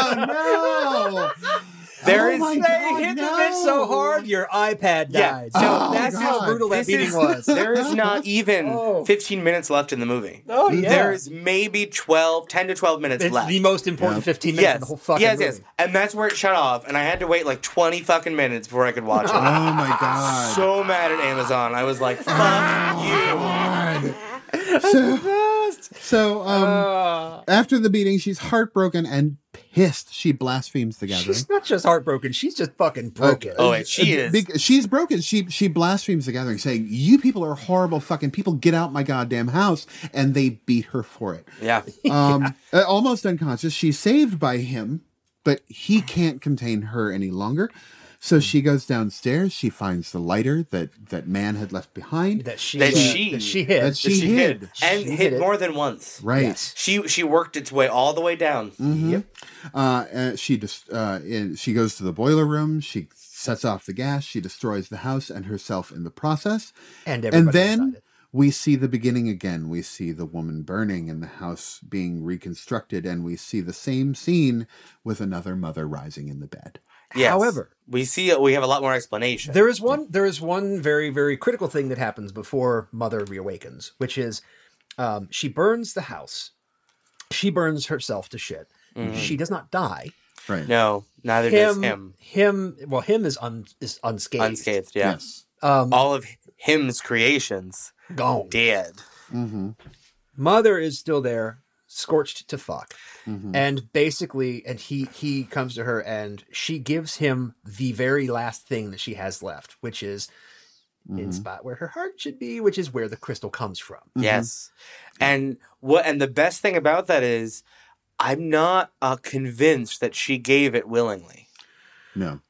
oh no!
There
Oh
is
my
They
God,
hit
no.
the bitch so hard your iPad
Yeah.
died.
So
So
Oh,
that's how
God.
brutal that
This
beating
is-
was.
There is not even
Oh.
15 minutes left in the movie.
Oh, yeah.
There is maybe 12, 10 to 12 minutes
It's
left.
the most important 15 minutes of the whole fucking
yes,
movie.
yes. And that's where it shut off, and I had to wait like 20 fucking minutes before I could watch it.
Oh my god!
so mad at Amazon. I was like, fuck you.
So um,
Uh,
Uh.
after the beating, she's heartbroken and pissed. She blasphemes the gathering.
She's not just heartbroken, she's just fucking broken.
Oh, wait, she is.
Bec- she's broken. She she blasphemes the gathering, saying, "You people are horrible fucking people. Get out my goddamn house!" And they beat her for it.
yeah.
Um, uh, almost unconscious, she's saved by him, but he can't contain her any longer. So
Mm-hmm.
she goes downstairs. She finds the lighter that that man had left behind.
that she
That
uh,
she-
that she hit.
that she,
She
hid.
hid. And
She
hit
hid it.
more than once.
Right.
Yes.
She she worked its way all the way down.
Yep.
Uh, and she just uh, and she goes to the boiler room. She sets off the gas. She destroys the house and herself in the process. and
And everybody
then
inside it.
we see the beginning again. We see the woman burning and the house being reconstructed, and we see the same scene with another mother rising in the bed.
Yes.
However-
we see we have a lot more explanation.
There is one. There is one very very critical thing that happens before Mother reawakens, which is um, she burns the house. She burns herself to shit. She does not die.
Right.
no, neither does
Him,
Mm-hmm. him.
him, Well, him is un, is Um, unscathed.
Unscathed, yeah.
Yes.
All of him's creations
Gone.
dead.
Mother is still there, scorched to fuck,
Mm-hmm.
and basically, and he he comes to her, and she gives him the very last thing that she has left, which is.
Mm-hmm.
Mm-hmm.
In spot where her heart should be, which is where the crystal comes from.
Yes. And what and the best thing about that is I'm not uh, convinced that she gave it willingly.
No.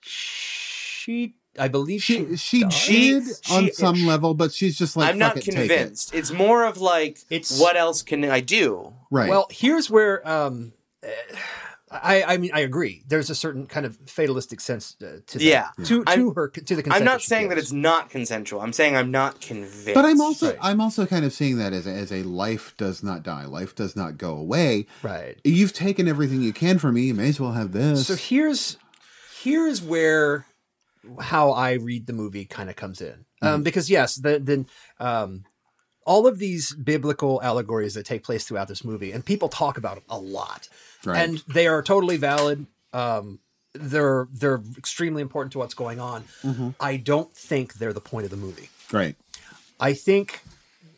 she i believe she,
Eh, She she eh,
She-
did on
she-
some level, but she's just like
I'm not
"Fuck it, take it."
convinced. It's more of like
It's-
what else can I do?
Right.
well here's where um eh, i i mean i agree there's a certain kind of fatalistic sense uh, to that,
Yeah.
to
I'm-
to her to the consent
I'm not
she
saying that
gives.
it's not consensual. I'm saying I'm not convinced.
But I'm also
Right.
I'm also kind of seeing that as a, as a life does not die, life does not go away.
right
You've taken everything you can from me. You may as well have this.
so here's here's where how i read the movie kind of comes in um because yes the then um all of these biblical allegories that take place throughout this movie and people talk about them a lot
right.
and they are totally valid. Um, they're they're extremely important to what's going on. I don't think they're the point of the movie.
Right.
I think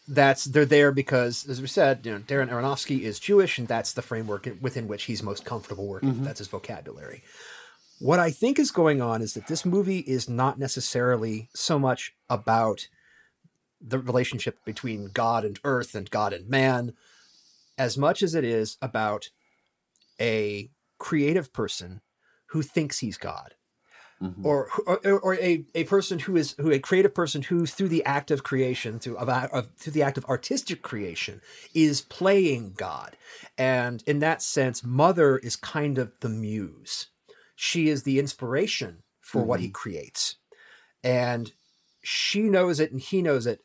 that's they're there because, as we said, you know, Darren Aronofsky is Jewish, and that's the framework within which he's most comfortable working. That's his vocabulary. What I think is going on is that this movie is not necessarily so much about the relationship between God and earth and God and man, as much as it is about a creative person who thinks he's God
Mm-hmm.
or or, or a, a person who is who a creative person who through the act of creation through of, of through the act of artistic creation is playing God, and in that sense, Mother is kind of the muse. She is the inspiration for what
Mm-hmm.
he creates, and she knows it, and he knows it.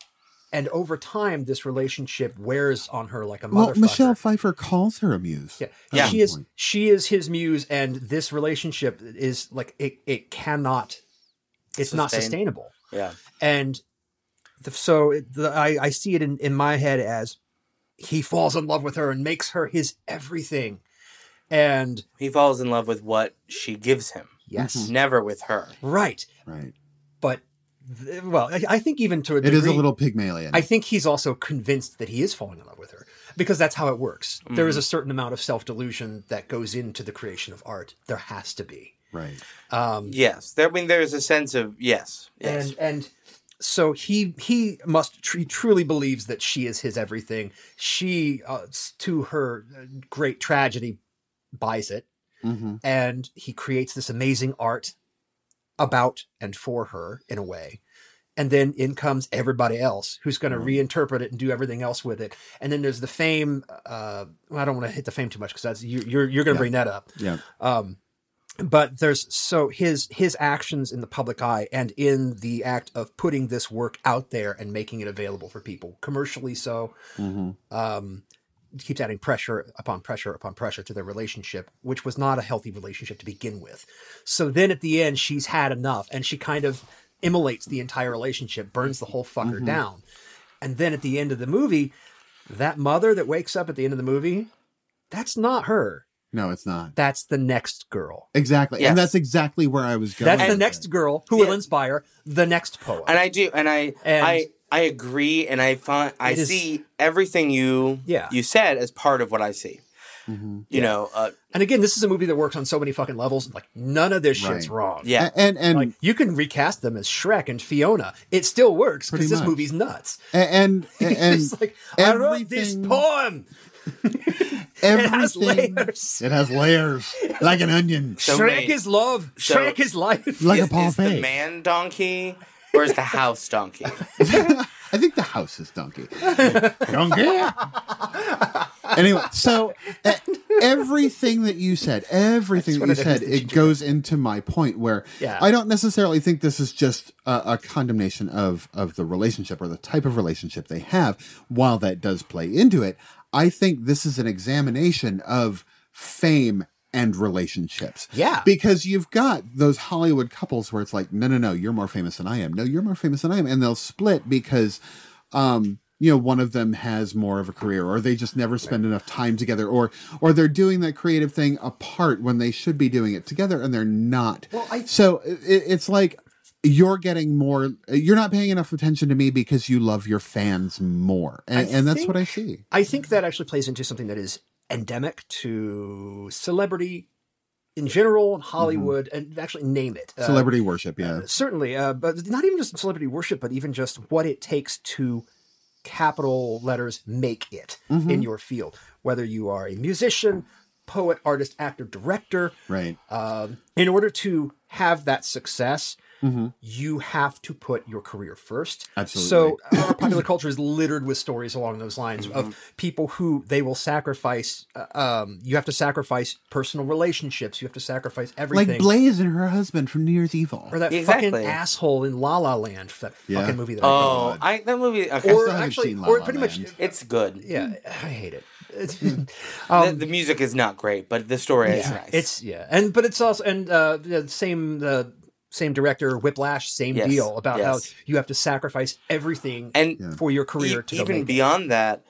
And over time, this relationship wears on her like a
Well,
motherfucker.
Michelle Pfeiffer calls her a muse.
Yeah.
Yeah.
She is she is his muse and this relationship is like it it cannot it's not
Sustain.
sustainable.
Yeah.
And the, so it, the, I I see it in in my head as he falls in love with her and makes her his everything. And
He falls in love with what she gives him,
yes,
never with her.
right.
Right.
But th- well, I, I think even to a
It
degree,
is a little Pygmalion.
I think he's also convinced that he is falling in love with her because that's how it works. There
Mm-hmm.
is a certain amount of self delusion that goes into the creation of art. There has to be. Um,
right.
Yes. There, I mean, there's a sense of yes. Yes.
and and so he he must tr- truly believes that she is his everything. She, uh, s- to her uh, great tragedy, buys it,
Mm-hmm.
and he creates this amazing art about and for her in a way. And then in comes everybody else who's going
Mm-hmm.
to reinterpret it and do everything else with it. And then there's the fame. Uh, well, I don't want to hit the fame too much because that's you, you're you're going to
Yeah.
bring that up
Yeah.
um but there's so his his actions in the public eye and in the act of putting this work out there and making it available for people commercially so
Mm-hmm.
um keeps adding pressure upon pressure upon pressure to their relationship which was not a healthy relationship to begin with so then at the end she's had enough and she kind of immolates the entire relationship burns the whole fucker
Mm-hmm.
down and then at the end of the movie that mother that wakes up at the end of the movie that's not her
No, it's not.
that's the next girl
Exactly.
Yes.
And that's exactly where I was going.
That's the
with
next
it.
girl who will inspire the next poet.
and I do, and I,
And-
I, I agree, and I find I
It is-
see everything you,
Yeah.
you said as part of what I see.
Mm-hmm.
You know, uh,
And again, this is a movie that works on so many fucking levels. Like none of this shit's
Right.
wrong.
yeah,
A- And and
Like you can recast them as Shrek and Fiona. It still works
Pretty
because this
much.
movie's nuts.
and and,
it's like I wrote this
everything-
poem.
everything.
has layers.
It has layers, like an onion.
So
Shrek
many-
is love.
so-
Shrek is life.
Like
is,
a
is the
parfait.
man donkey or is the house donkey?
I think the house is donkey. donkey. anyway, so e- everything that you said, everything that you
wanted to
said,
hit the
it goes into my point where
Yeah.
I don't necessarily think this is just a, a condemnation of of the relationship or the type of relationship they have. While that does play into it, I think this is an examination of fame and relationships.
Yeah.
Because you've got those Hollywood couples where it's like, no, no, no, you're more famous than I am. No, you're more famous than I am. And they'll split because um, you know, one of them has more of a career, or they just never spend enough time together, or or they're doing that creative thing apart when they should be doing it together, and they're not.
Well, I-
so i it's like you're getting more. You're not paying enough attention to me because you love your fans more, and,
I
and that's what I
think-
see.
I think that actually plays into something that is endemic to celebrity in general,
Mm-hmm.
Hollywood, and actually name it. Uh,
Celebrity worship, yeah.
certainly uh, but not even just celebrity worship but even just what it takes to capital letters make it in
Mm-hmm.
your field whether you are a musician poet artist actor director
right.
um, in order to have that success
Mhm.
you have to put your career first
Absolutely. Mm-hmm.
so our popular culture is littered with stories along those lines of people who they will sacrifice uh, um, you have to sacrifice personal relationships you have to sacrifice everything
Like Blaze and her husband from New Year's Evil.
or that
Exactly.
fucking asshole in La La Land, that
Yeah.
fucking movie that
Oh, I that movie.
I
Okay,
don't like. Or
haven't
actually,
seen La
or
La
pretty much,
Land.
it's good.
yeah, I hate it. It's-
The, the music is not great, but the story is
um, yeah,
nice.
It's yeah, and but it's also and uh, the same the same director, Whiplash, same
Yes,
deal about
yes.
how you have to sacrifice everything
and
Yeah.
for your
e-
career to
even
even be
beyond that,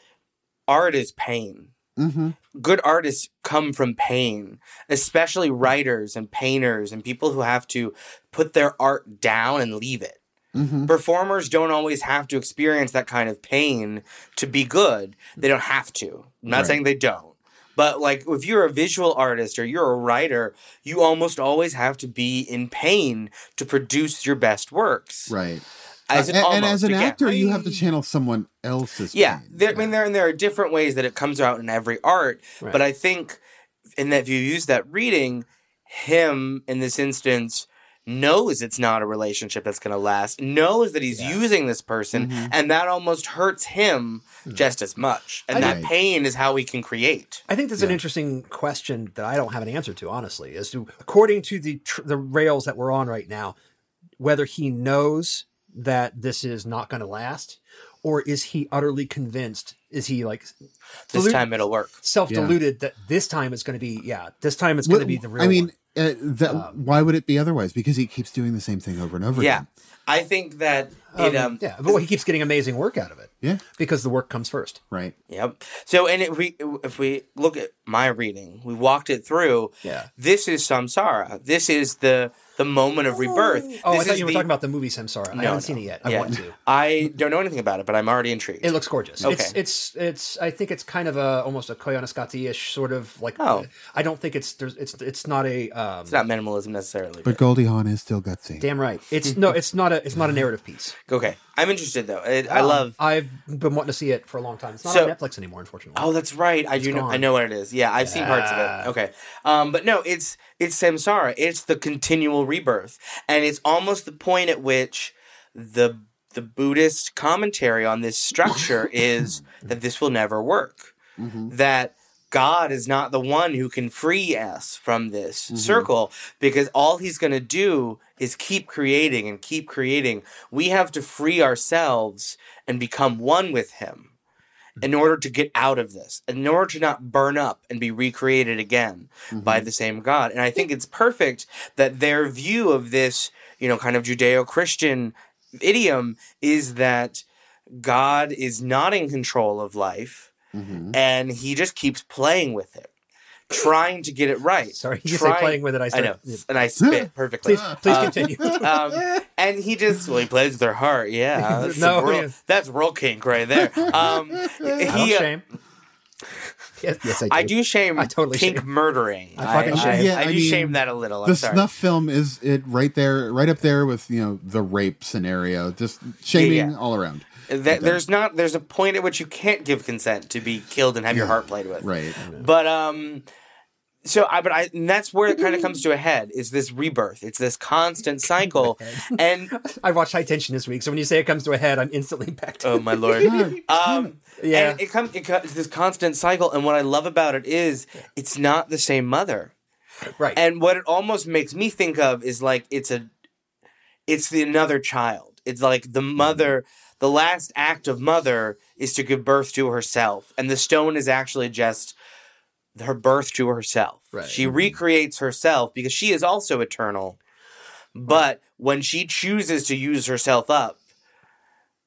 art is pain.
Mm-hmm.
good artists come from pain, especially writers and painters and people who have to put their art down and leave it.
Mm-hmm.
Performers don't always have to experience that kind of pain to be good. They don't have to. I'm not
Right.
saying they don't. But like if you're a visual artist or you're a writer, you almost always have to be in pain to produce your best works.
Right.
As an
and, and
almost,
as an
again.
actor, you have to channel someone else's.
Yeah,
pain.
there, I mean, there and there are different ways that it comes out in every art, but I think, in that if you use that reading, him in this instance knows it's not a relationship that's going to last, knows that he's using this person,
Mm-hmm.
and that almost hurts him
Mm.
just as much, and
I
that
think-
pain is how we can create.
I think that's an interesting question that I don't have an answer to, honestly. As to according to the tr- the rails that we're on right now, whether he knows that this is not going to last, or is he utterly convinced? Is he like
This
Delut-
time it'll work.
self-deluded that this time it's going to be? Yeah, this time it's
Well,
going to be the real.
I mean,
one.
uh, that, why would it be otherwise? Because he keeps doing the same thing over and over
Um, Yeah,
again.
I think that
Um,
it. Um,
yeah, but he keeps getting amazing work out of it
Yeah.
because the work comes first.
Right.
Yep. So, and if we if we look at my reading, we walked it through.
Yeah.
This is samsara. This is the the moment of rebirth.
Oh,
this
I thought
is
you were
the-
talking about the movie Samsara. I haven't seen it yet. I
Yeah.
want to.
I don't know anything about it, but I'm already intrigued.
It looks gorgeous.
Okay.
It's it's it's I think it's kind of a almost a Koyaanisqatsi ish sort of like
Oh.
I don't think it's there's it's it's not a um,
it's not minimalism necessarily.
But Goldie Hawn is still gutsy.
damn right. It's no it's not a it's not a narrative piece.
but- okay, I'm interested though. It,
Um,
I love.
I've been wanting to see it for a long time. It's not
So-
on Netflix anymore, unfortunately.
Oh, that's right. I do know. I
gone.
know what it is. Yeah, I've seen parts of it. Okay, um, but no, it's it's samsara. It's the continual rebirth, and it's almost the point at which the the Buddhist commentary on this structure is that this will never work. That God is not the one who can free us from this circle because all he's going to do is keep creating and keep creating. We have to free ourselves and become one with him in order to get out of this, in order to not burn up and be recreated again
Mm-hmm.
by the same God. And I think it's perfect that their view of this, you know, kind of Judeo Christian idiom is that God is not in control of life
Mm-hmm.
and he just keeps playing with it, trying to get it right.
Sorry, you say playing with it. I,
I
started,
know, and I spit perfectly.
Please, please
Uh,
continue.
um, and he just well, he plays with their heart. Yeah, that's
No,
some real-
yeah.
that's real kink right there. Um,
I don't
he, uh,
shame. Yes, yes, I do.
I do shame
I totally
kink
shame.
murdering.
I fucking shame.
Yeah,
I,
I
do
mean,
shame that a little. I'm
the
Oh, sorry.
snuff film is it right there, right up there with you know the rape scenario, just shaming
Yeah, yeah.
all around.
Th- there's not. There's a point at which you can't give consent to be killed and have your heart played with.
Right.
But um, so I. But I. And that's where it kind of comes to a head. Is this rebirth? It's this constant cycle. and
I watched High Tension this week, so when you say it comes to a head, I'm instantly back to
oh my lord. Um,
Yeah.
and it comes. It comes this constant cycle. And what I love about it is, it's not the same mother.
right.
And what it almost makes me think of is like it's a it's the another child. It's like the
Mm-hmm.
mother the last act of mother is to give birth to herself. And the stone is actually just her birth to herself.
Right. Mm-hmm.
She recreates herself because she is also eternal. But when she chooses to use herself up,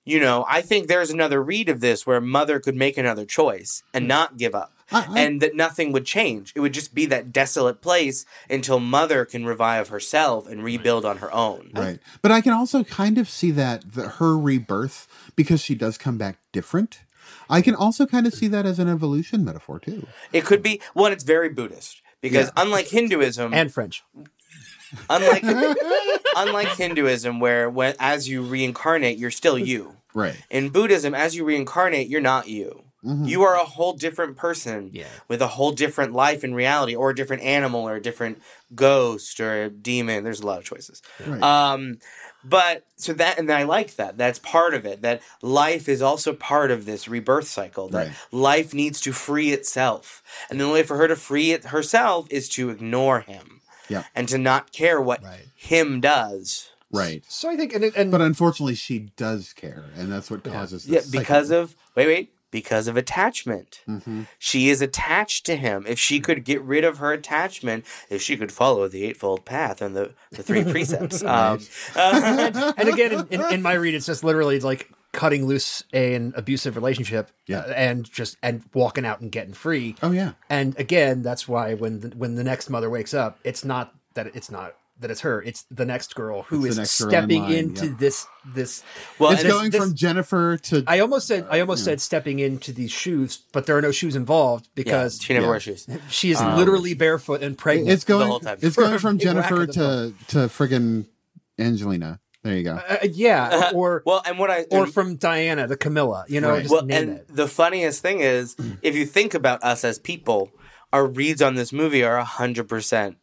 you know, I think there's another read of this where mother could make another choice and not give up
Hmm. I- I-
and that nothing would change. It would just be that desolate place until Mother can revive herself and rebuild on her own.
Right. But I can also kind of see that the, her rebirth because she does come back different. I can also kind of see that as an evolution metaphor too.
It could be one. It's very Buddhist because unlike Hinduism,
and French.
unlike unlike Hinduism, where when, as you reincarnate, you're still you.
Right. Mm-hmm.
In Buddhism, as you reincarnate, you're not you.
Hmm.
You are a whole different person
Yeah.
with a whole different life in reality, or a different animal, or a different ghost, or a demon. There's a lot of choices.
Right.
Um, but so that, and I like that. That's part of it. That life is also part of this rebirth cycle. That
Right.
life needs to free itself, and the only way for her to free it herself is to ignore him
Yeah.
and to not care what
Right.
him does.
Right.
So I think, and, and
But unfortunately, she does care, and that's what causes.
Yeah,
This
because of wait, wait, because of attachment.
Mm-hmm.
She is attached to him. If she could get rid of her attachment, if she could follow the eightfold path and the, the three precepts, um,
and again, in, in, in my read, it's just literally like cutting loose an abusive relationship
Yeah.
uh, and just and walking out and getting free.
Oh, yeah.
And again, that's why when the, when the next mother wakes up, it's not that it's not that it's her, it's the next girl who
It's
is
the next girl in
stepping
line,
into
yeah.
this this
Well,
this-
It's
and
going
this-
from Jennifer to
I almost said I almost said stepping into these shoes, but there are no shoes involved
Yeah,
because
she um, never wears shoes.
she is literally barefoot and pregnant.
it's going
whole time.
it's going from
Big whack
Jennifer
of the
to to friggin' Angelina. There you go.
Uh, yeah, or
Well, and what I
or
and-
from Diana the Camilla, you know,
Right.
just
well,
name
and
it. Mm.
the funniest thing is, if you think about us as people, our reads on this movie are hundred percent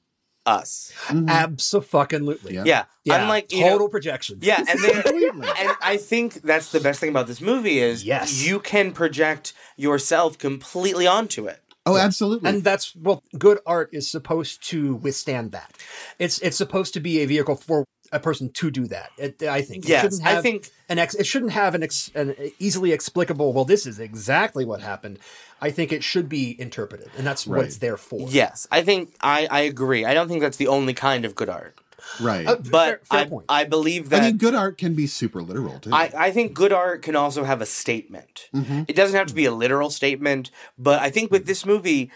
us.
Mm-hmm.
Absolutely.
Yeah.
Yeah,
Yeah,
unlike you know-
total projection.
yeah, and they
Completely.
and I think that's the best thing about this movie is
Yes.
you can project yourself completely onto it.
Oh, absolutely.
And that's well, good art is supposed to withstand that. It's it's supposed to be a vehicle for a person to do that. It, I think. It
Yes,
shouldn't
I
have
think-
an ex. It shouldn't have an ex, an easily explicable. Well, this is exactly what happened. I think it should be interpreted, and that's what
Right.
it's there for.
Yes, I think I I agree. I don't think that's the only kind of good art,
right.
Uh,
but
fair, fair
I
point.
I believe
I
that.
mean, good art can be super literal too.
I, I think good art can also have a statement.
Mm-hmm.
It doesn't have to be a literal statement, but I think with this movie,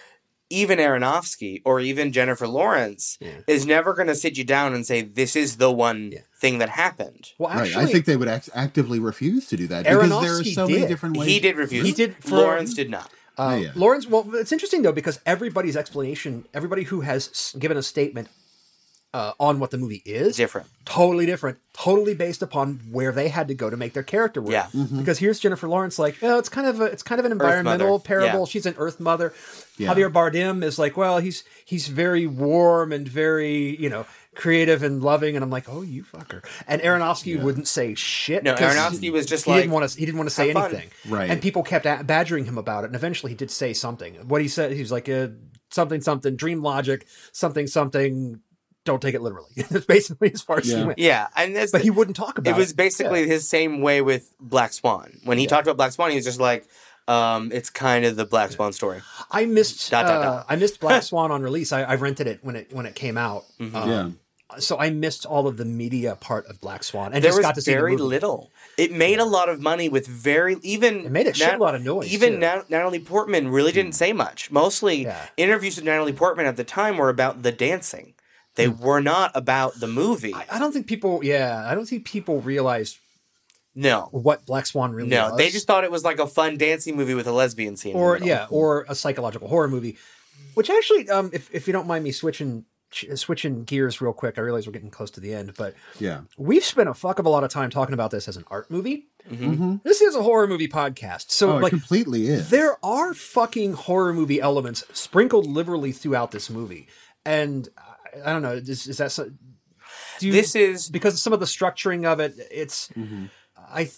even Aronofsky or even Jennifer Lawrence is never going to sit you down and say, This is the one thing that happened.
well,
right.
actually,
I think they would act- actively refuse to do that because there are
Aronofsky
so many
did.
different ways.
He did refuse.
He did for-
Lawrence did not.
Uh,
yeah.
Lawrence, well, it's interesting though because everybody's explanation, everybody who has s- given a statement uh, on what the movie is,
Different.
totally different, totally based upon where they had to go to make their character work.
Yeah.
Mm-hmm.
Because here's Jennifer Lawrence, like, oh, it's kind of a, it's kind of an
mother.
environmental parable.
Yeah.
She's an Earth mother.
Yeah.
Javier Bardem is like, well, he's he's very warm and very you know creative and loving, and I'm like, oh, you fucker. And Aronofsky wouldn't say shit.
No,
'cause
Aronofsky was just
he
like,
didn't want to he didn't want to say
"Have fun."
anything.
Right.
And people kept a- badgering him about it, and eventually he did say something. What he said, he was like, uh, something, something, dream logic, something, something. Don't take it literally. That's basically as far as he
Yeah.
went.
Yeah. And that's
But he wouldn't talk about
it
it.
was basically his same way with Black Swan. When he talked about Black Swan, he was just like, um, It's kind of the Black Swan story.
I missed.
Dot, dot,
uh,
dot.
I missed Black Swan on release. I, I rented it when it when it came out.
Mm-hmm.
Um, So I missed all of the media part of Black Swan, and
there
just
was
got to see the
very
movie.
little. It made a lot of money with very even.
It made a shitload of noise,
Even
too. Mm.
Nat- Natalie Portman really didn't say much. Mostly
Yeah.
interviews with Natalie Portman at the time were about the dancing. They were not about the movie.
Mm. I, I don't think people. Yeah, I don't think people realized
no,
what Black Swan really
no,
was.
they just thought it was like a fun dancing movie with a lesbian scene. in the
or
middle.
yeah, or a psychological horror movie. Which actually, um, if if you don't mind me switching ch- switching gears real quick, I realize we're getting close to the end, but
Yeah.
we've spent a fuck of a lot of time talking about this as an art movie.
Mm-hmm.
This is a horror movie podcast, so
Mm-hmm. Oh, it
like
completely is.
there are fucking horror movie elements sprinkled liberally throughout this movie, and uh, I- I don't know. Is, is that so? Do you,
This is-
because of some of the structuring of it. It's
Mm-hmm.
I th-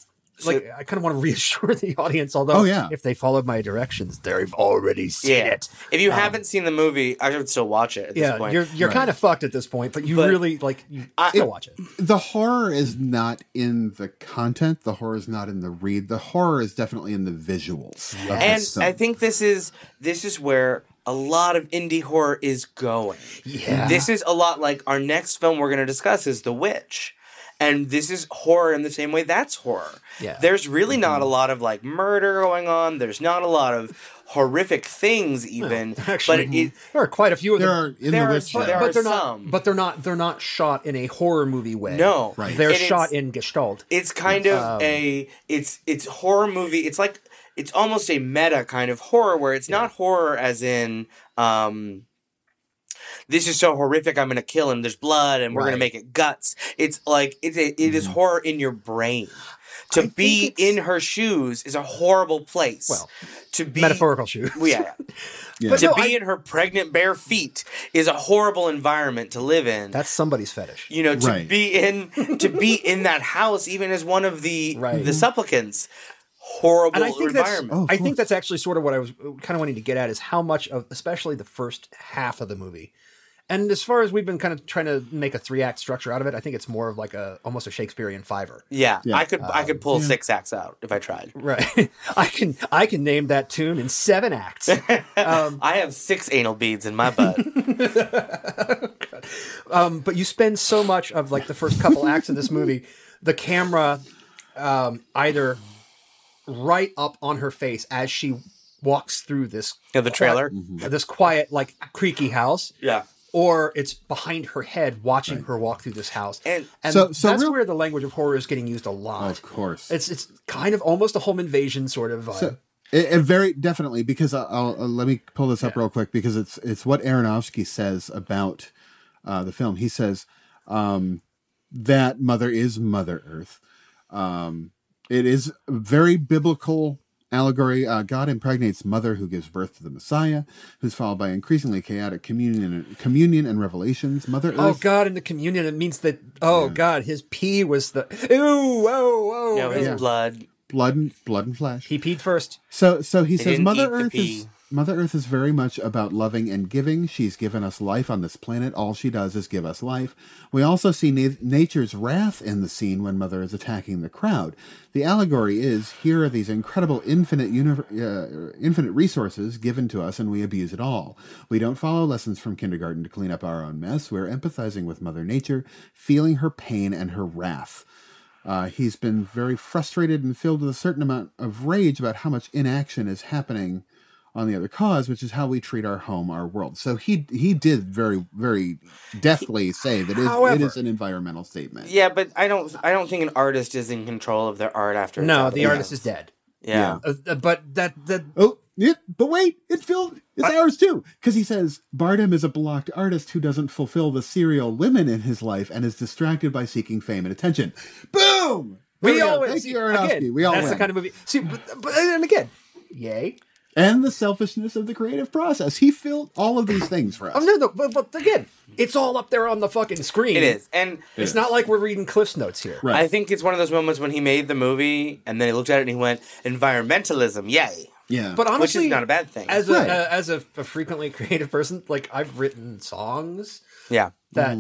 like I kind of want to reassure the audience, although
Oh, yeah.
if they followed my directions, they've already seen
yeah.
it.
If you haven't seen the movie, I would still watch it at this
Um, Yeah,
point.
you're you're kind of fucked at this point, but you
But
really like you
I-
still watch it.
the horror is not in the content. The horror is not in the read. The horror is definitely in the visuals. of this
and
film.
I think this is this is where a lot of indie horror is going.
Yeah.
This is a lot like our next film we're going to discuss is The Witch. And this is horror in the same way that's horror.
Yeah.
There's really not a lot of like murder going on. There's not a lot of horrific things even.
Actually,
but it,
there are quite a few of
there
them.
are
there
in the
are-
witch.
but
Hunt,
there are-
but they're
some.
not. But they're not. They're not shot in a horror movie way.
no,
Right.
they're
And it's-
shot in Gestalt.
It's kind of
Um,
a it's it's horror movie. It's like it's almost a meta kind of horror where it's not horror as in um this is so horrific I'm going to kill him. There's blood and we're going
Right. Mm-hmm.
to make it guts. It's like it's a, it is horror in your brain. To
think
be
it's-
in her shoes is a horrible place.
Well,
to be
metaphorical shoes.
Well, yeah.
Yeah.
But
to
no,
be
I-
in her pregnant bare feet is a horrible environment to live in
that's somebody's fetish.
you know to
Right.
be in to be in that house even as one of the
Right.
the supplicants horrible
And I think that's
environment
Oh, of
I
course.
think that's actually sort of what I was kind of wanting to get at is how much of especially the first half of the movie. And as far as we've been kind of trying to make a three act structure out of it, I think it's more of like a almost a Shakespearean fiver.
yeah,
Yeah.
i could i could pull six acts out if i tried
Right. I can I can name that tune in seven acts. Um,
i have six anal beads in my butt
but you spend so much of like the first couple acts of this movie, the camera um, either right up on her face as she walks through this
Yeah, the trailer.
quiet, this quiet like creaky house
Yeah.
or it's behind her head watching her walk through this house
And-
So- so
that's
real-
where the language of horror is getting used a lot
Of course.
it's it's kind of almost a home invasion sort of vibe.
So, it, it very definitely because I'll, I'll uh, let me pull this up real quick because it's it's what Aronofsky says about uh, the film. He says um, that Mother is Mother Earth. Um, it is a very biblical allegory. Uh, God impregnates Mother, who gives birth to the Messiah, who's followed by increasingly chaotic communion, communion and revelations. Mother Earth.
Oh God! In the communion, it means that. Oh God, his pee was the. Ooh! Whoa! Whoa!
You know, his blood.
blood and blood and flesh.
He peed first.
So so he says
didn't eat
Mother
the
Earth is
pea.
Mother Earth is very much about loving and giving. She's given us life on this planet. All she does is give us life. We also see na- nature's wrath in the scene when Mother is attacking the crowd. The allegory is here are these incredible infinite univer- uh, infinite resources given to us and we abuse it all. We don't follow lessons from kindergarten to clean up our own mess. We're empathizing with Mother Nature, feeling her pain and her wrath. Uh, he's been very frustrated and filled with a certain amount of rage about how much inaction is happening on the other cause, which is how we treat our home, our world. So he he did very very deftly say that it is, it
However-
is an environmental statement.
Yeah, but I don't. I don't think an artist is in control of their art after. it's
No,
out.
the artist is dead.
Yeah.
Uh, uh, but that that
Oh, yeah, but wait, it's filled. It's ours too, because he says Bardem is a blocked artist who doesn't fulfill the serial women in his life and is distracted by seeking fame and attention. Boom. There
we,
go.
always
Thank you, Aronofsky.
again.
we all
that's
win.
the kind of movie. See, but, but and again, yay.
and the selfishness of the creative process. He filled all of these things for us.
Oh no, no, but, but again, it's all up there on the fucking screen.
It is, and
It's not like we're reading Cliff's notes here.
Right.
I think it's one of those moments when he made the movie and then he looked at it and he went, "Environmentalism, yay!"
yeah.
But
Which
honestly,
is not a bad thing.
As a
Right.
uh, as a, a frequently creative person, like I've written songs
yeah.
that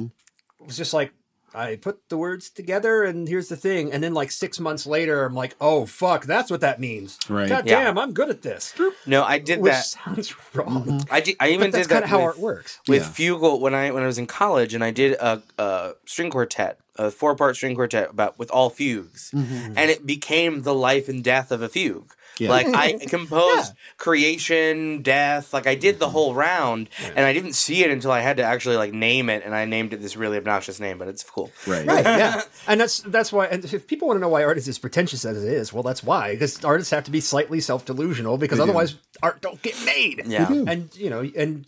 was just like I put the words together and here's the thing. And then like six months later, I'm like, oh fuck, that's what that means.
Right.
God
Yeah.
damn, I'm good at this.
No, I did
Which
that.
sounds wrong.
I, did, I even
But that's
did that.
kind of how
with-
art works.
with
Yeah.
Fugle when I when I was in college, and I did a, a string quartet, a four part string quartet about with all fugues, and it became the life and death of a fugue.
Mm-hmm, Yeah.
Like I composed creation, death, like I did
Mm-hmm.
the whole round, and I didn't see it until I had to actually like name it, and I named it this really obnoxious name, but it's cool.
right.
Right, yeah, and that's that's why. And if people want to know why art is as pretentious as it is, well, that's why because artists have to be slightly self delusional because otherwise art don't get made.
Yeah.
do.
and you know, and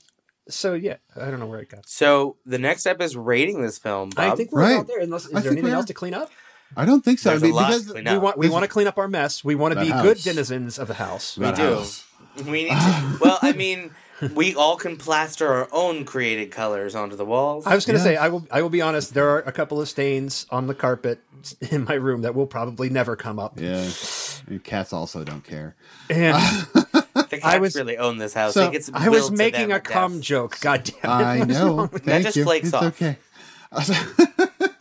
so yeah, I don't know where it got.
So the next step is rating this film. Bob.
I think we're
Right.
out there. Unless is
I
there
think we
anything
are.
else to clean up?
I don't think so.
there's
I mean,
a lot
because
to clean
We
up.
want we want to clean up our mess. We want to
That
be
house.
good denizens of the house.
we
That
do.
house.
We need. To, well, I mean, we all can plaster our own created colors onto the walls.
I was going to say I will. I will be honest. There are a couple of stains on the carpet in my room that will probably never come up.
Yeah. Ah. And cats also don't care.
And
The cats
I was-
really own this house.
So,
They get
I was
willed to
making
them
a
to
cum
death.
joke. God damn it!
I know. Thank
just
you.
flakes
it's
off.
okay.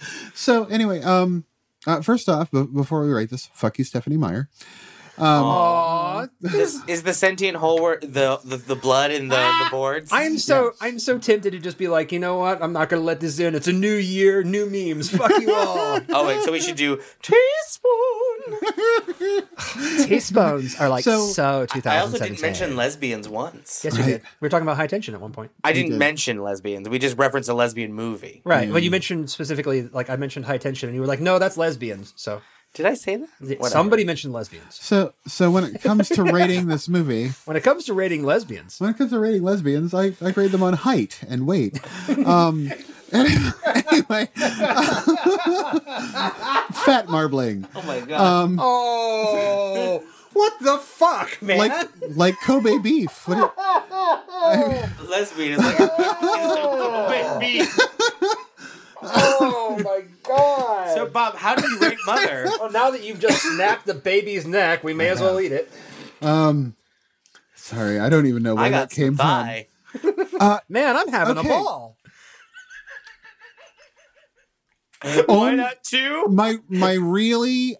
so anyway, um, uh, first off, b- before we rate this, fuck you, Stephanie Meyer.
Aw,
This is the sentient whole wor- the, the the blood in the,
Ah,
the boards.
I'm so I'm so tempted to just be like, you know what? I'm not going to let this in. It's a new year, new memes. Fuck you all.
oh wait, so we should do teaspoon.
Teaspoons are like
So-
so,
I also didn't
2017.
mention lesbians once.
Yes, you did. We were talking about high tension at one point.
I didn't mention lesbians. We just referenced a lesbian movie.
Right. Well,
Mm.
you mentioned specifically, like I mentioned high tension, and you were like, no, that's lesbians. So
Did I say that? Whatever.
somebody mentioned lesbians.
So so when it comes to rating this movie,
When it comes to rating lesbians,
when it comes to rating lesbians, I, I grade them on height and weight. Um, anyway, fat marbling.
Oh my
Um,
god.
oh, what the fuck, man?
like like Kobe beef. What it-
lesbian is like. Wait, me.
oh my god!
so Bob, how do you rate Mother?
well, now that you've just snapped the baby's neck, we may as well eat it.
sorry, I don't even know where
I got
that came
some thigh.
Man, I'm having
Okay.
a ball.
from.
Oh,
Why
Um,
not two?
my my really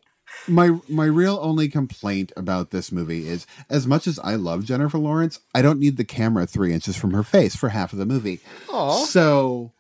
my my real only complaint about this movie is as much as I love Jennifer Lawrence, I don't need the camera three inches from her face for half of the movie.
Aw.
So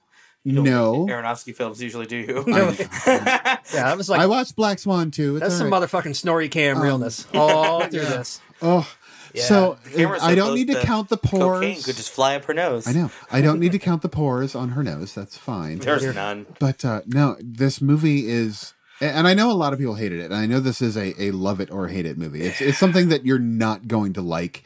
No.
Aronofsky films usually do.
Yeah, that was
I Um,
like
watched Black Swan too. It's
that's some
all right.
motherfucking snorri cam realness all through this.
Oh, so
Camera's
I
so
don't
close,
need to
the
count the
Cocaine could
pores.
just fly up her nose.
I know. I don't need to count the pores on her nose. That's fine.
There's none.
But uh, no, this movie is, and I know a lot of people hated it, and I know this is a, a love it or hate it movie. It's, it's something that you're not going to like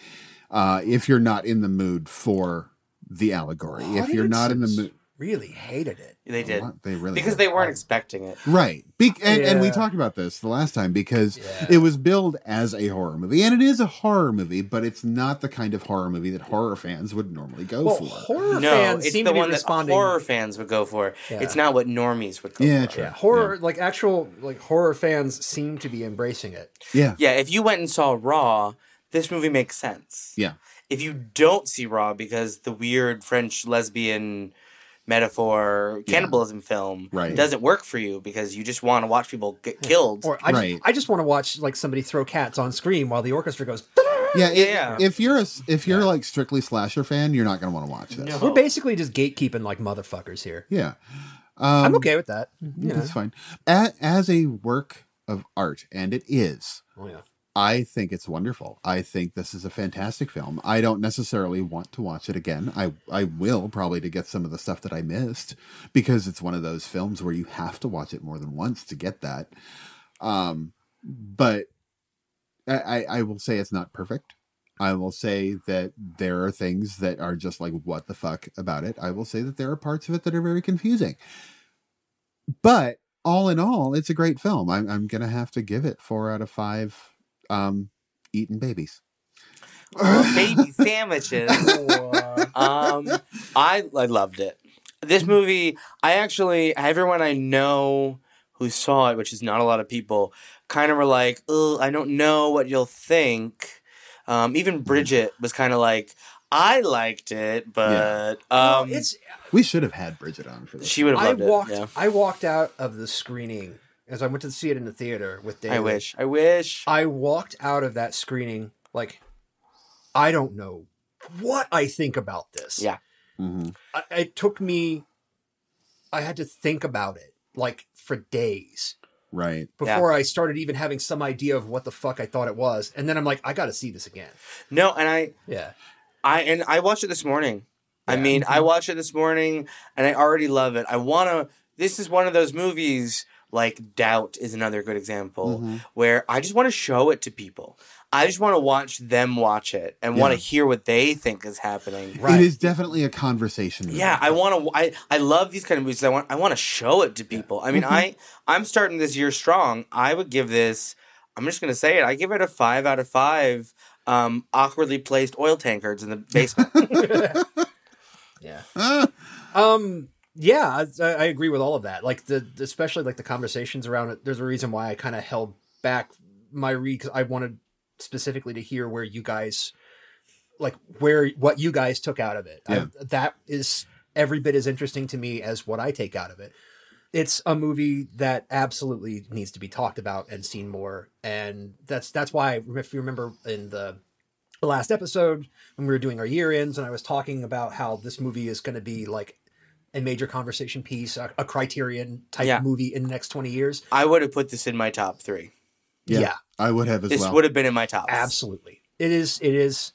uh, if you're not in the mood for the allegory. If you're not in the mood,
Audiences really hated it.
They did.
they really
Because
were.
they weren't expecting it.
Right. Be- and, and we
Yeah.
talked about this the last time because
Yeah.
it was billed as a horror movie. And it is a horror movie, but it's not the kind of horror movie that horror fans would normally go
Well,
for.
horror
No,
fans
it's
seem
the
to be
one that
responding.
horror fans would go for.
Yeah.
It's not what normies would go
yeah,
for.
true.
Yeah, horror like actual like horror fans seem to be embracing it.
Yeah.
Yeah, if you went and saw Raw, this movie makes sense.
Yeah.
If you don't see Raw because the weird French lesbian metaphor cannibalism film
Right.
doesn't work for you because you just want to watch people get killed.
Or I just,
Right.
I just want to watch like somebody throw cats on screen while the orchestra goes.
Yeah, i-
Yeah.
If you're a s if you're like strictly slasher fan, you're not going to want to watch this.
No.
We're basically just gatekeeping like motherfuckers here.
Yeah.
I'm okay with that. Yeah.
That's fine. As, as a work of art, and it is,
Oh, yeah.
I think it's wonderful. I think this is a fantastic film. I don't necessarily want to watch it again. I I will probably to get some of the stuff that I missed because it's one of those films where you have to watch it more than once to get that. Um, but I I, I will say it's not perfect. I will say that there are things that are just like what the fuck about it. I will say that there are parts of it that are very confusing. But all in all, it's a great film. I'm I'm gonna have to give it four out of five um eating babies.
Or baby sandwiches.
Or-
um, I I loved it. This movie, I actually everyone I know who saw it, which is not a lot of people, kind of were like, "Ugh, I don't know what you'll think." Um, even Bridget was kind of like, "I liked it, but um,
it's
We should have had Bridget on for this.
she would have
I
loved
walked
it."
I walked out of the screening as I went to see it in the theater with
Yeah.
David.
I wish. I wish.
I walked out of that screening like I don't know what I think about this.
Yeah.
Mhm.
I, it took me I had to think about it like for days
Right.
Yeah.
before I started even having some idea of what the fuck I thought it was. And then I'm like, I got to see this again.
No, and I
Yeah.
I and I watched it this morning. I
Yeah. Mm-hmm.
mean, I watched it this morning, and I already love it. I want to. This is one of those movies like Doubt is another good example
Mm-hmm.
Mm-hmm.
where I just want to show it to people. I just want to watch them watch it and want to
Yeah.
hear what they think is happening.
Right.
It is definitely a conversation. movie.
Yeah, I want to. I, I love these kind of movies. I want. I want to show it to people. I mean,
Mm-hmm.
I I'm starting this year strong. I would give this. I'm just gonna say it. I give it a five out of five. Um, awkwardly placed oil tankards in the basement.
Yeah.
Ah,
Um yeah, I, I agree with all of that. Like the especially like the conversations around it. There's a reason why I kind of held back my read cuz I wanted specifically to hear where you guys like where what you guys took out of it. I-
Yeah.
that is every bit as interesting to me as what I take out of it. It's a movie that absolutely needs to be talked about and seen more, and that's that's why if you remember in the last episode when we were doing our year ends, and I was talking about how this movie is going to be like a major conversation piece, a, a Criterion type
Yeah.
movie in the next twenty years.
I would have put this in my top three.
Yeah,
yeah.
I would have as
This
well.
would have been in my top.
Absolutely. It is it is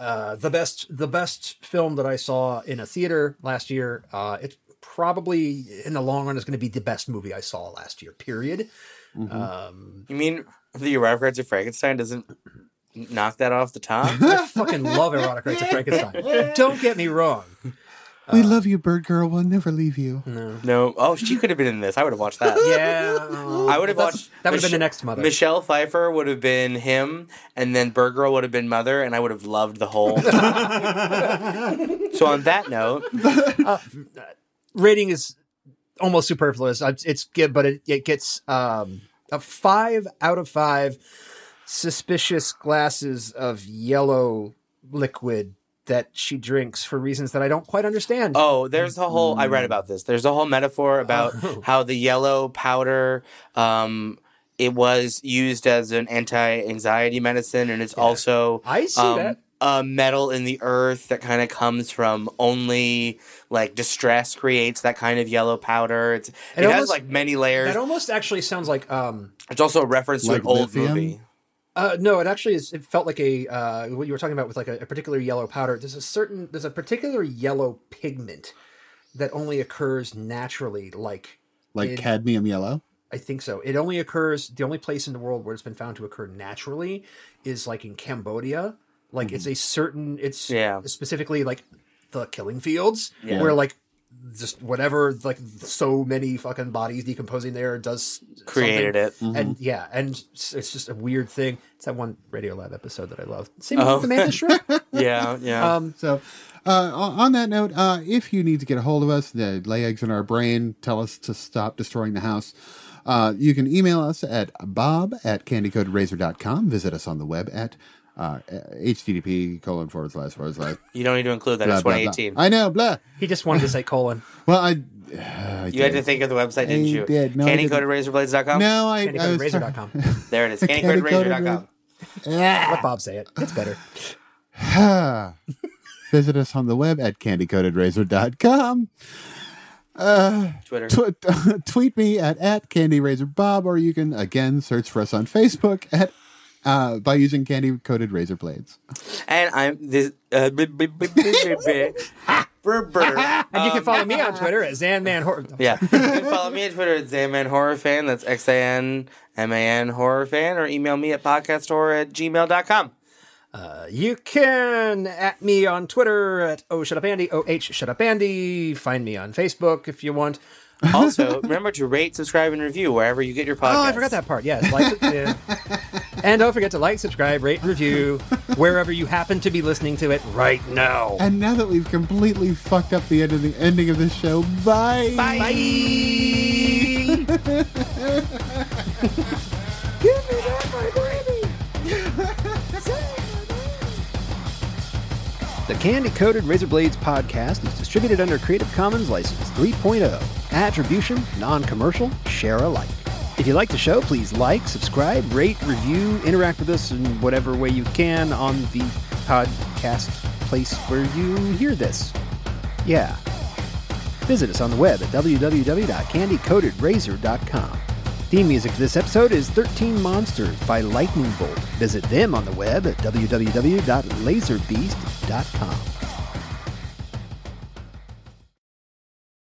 uh the best the best film that I saw in a theater last year. Uh it's probably in the long run is going to be the best movie I saw last year. Period.
Mm-hmm.
Um
You mean the Erotic Rites of Frankenstein doesn't knock that off the top?
I fucking love Erotic Rites of Frankenstein. Don't get me wrong.
we love you, Bird Girl. We'll never leave you.
no. Oh, she could have been in this. I would have watched that.
Yeah.
I would have
That's-
watched.
That would
Mich-
have been the next mother.
Michelle Pfeiffer would have been him, and then Bird Girl would have been Mother, and I would have loved the whole. so on that note,
rating is almost superfluous. I- It's good, but it, it gets um, a five out of five suspicious glasses of yellow liquid that she drinks for reasons that I don't quite understand.
oh, there's a whole. I read about this. There's a whole metaphor about
Oh.
how the yellow powder. Um, it was used as an anti-anxiety medicine, and it's also
I see
um,
that.
uh, metal in the earth that kind of comes from only like distress creates that kind of yellow powder. It's, it,
It
has
almost-
like many layers.
That almost actually sounds like um
It's also a reference to
Like
an old
lithium?
movie.
uh no, it actually is it felt like a uh what you were talking about with like a, a particular yellow powder. There's a certain there's a particular yellow pigment that only occurs naturally like
like
It-
cadmium yellow.
I think so. It only occurs the only place in the world where it's been found to occur naturally is like in Cambodia. Like it's a certain it's
Mm-hmm. Yeah.
specifically like the killing fields
Yeah.
where like just whatever like so many fucking bodies decomposing there does
Created
something.
it.
Mm-hmm.
And yeah, and it's it's just a weird thing. It's that one Radio Lab episode that I love. Same
Oh.
with Amanda Shrek.
Yeah, yeah.
Um,
So, uh, on on that note, uh, if you need to get a hold of us, the lay eggs in our brain, tell us to stop destroying the house. Uh, you can email us at bob at candycoderazor.com. Visit us on the web at uh, http colon forward slash forward slash
you don't need to include that.
blah,
it's
blah, blah.
2018.
I know, blah.
he just wanted to say colon.
Well, I, uh, I
you had
did.
to think of the website, didn't
I
you?
did. No, I didn't.
CandyCodedRazorBlades.com?
No, I, I was sorry.
CandyCodeRazor.com.
There it is.
Candy-coated
CandyCodedRazor.com.
Let Bob say it. It's better.
Ah. Visit us on the web at candycoatedrazor.com. Uh,
Twitter.
tw- tweet me at, at candyrazorbob, or you can again search for us on Facebook at uh, by using candy coated razor blades.
And I'm this. Uh, b- b- b- b- b- b- brr, brr.
And you can follow me on Twitter at Zanmanhor.
Yeah. You can follow me on Twitter at Zanman Horror Fan. That's X A N M A N Horror Fan. Or email me at podcasthorror at gmail.com.
You can at me on Twitter at oh shut up Andy oh h shut up Andy. Find me on Facebook if you want.
Also, remember to rate, subscribe, and review wherever you get your podcast.
Oh, I forgot that part. Yes, like, yeah. and don't forget to like, subscribe, rate, review wherever you happen to be listening to it right now.
And now that we've completely fucked up the end of the ending of this show, bye.
Bye. The Candy Coated Razor Blades podcast is distributed under Creative Commons License 3.0. Attribution, non commercial, share alike. If you like the show, please like, subscribe, rate, review, interact with us in whatever way you can on the podcast place where you hear this. Yeah. Visit us on the web at www.candycoatedrazor.com. Theme music for this episode is 13 Monsters by Lightning Bolt. Visit them on the web at www.laserbeast.com.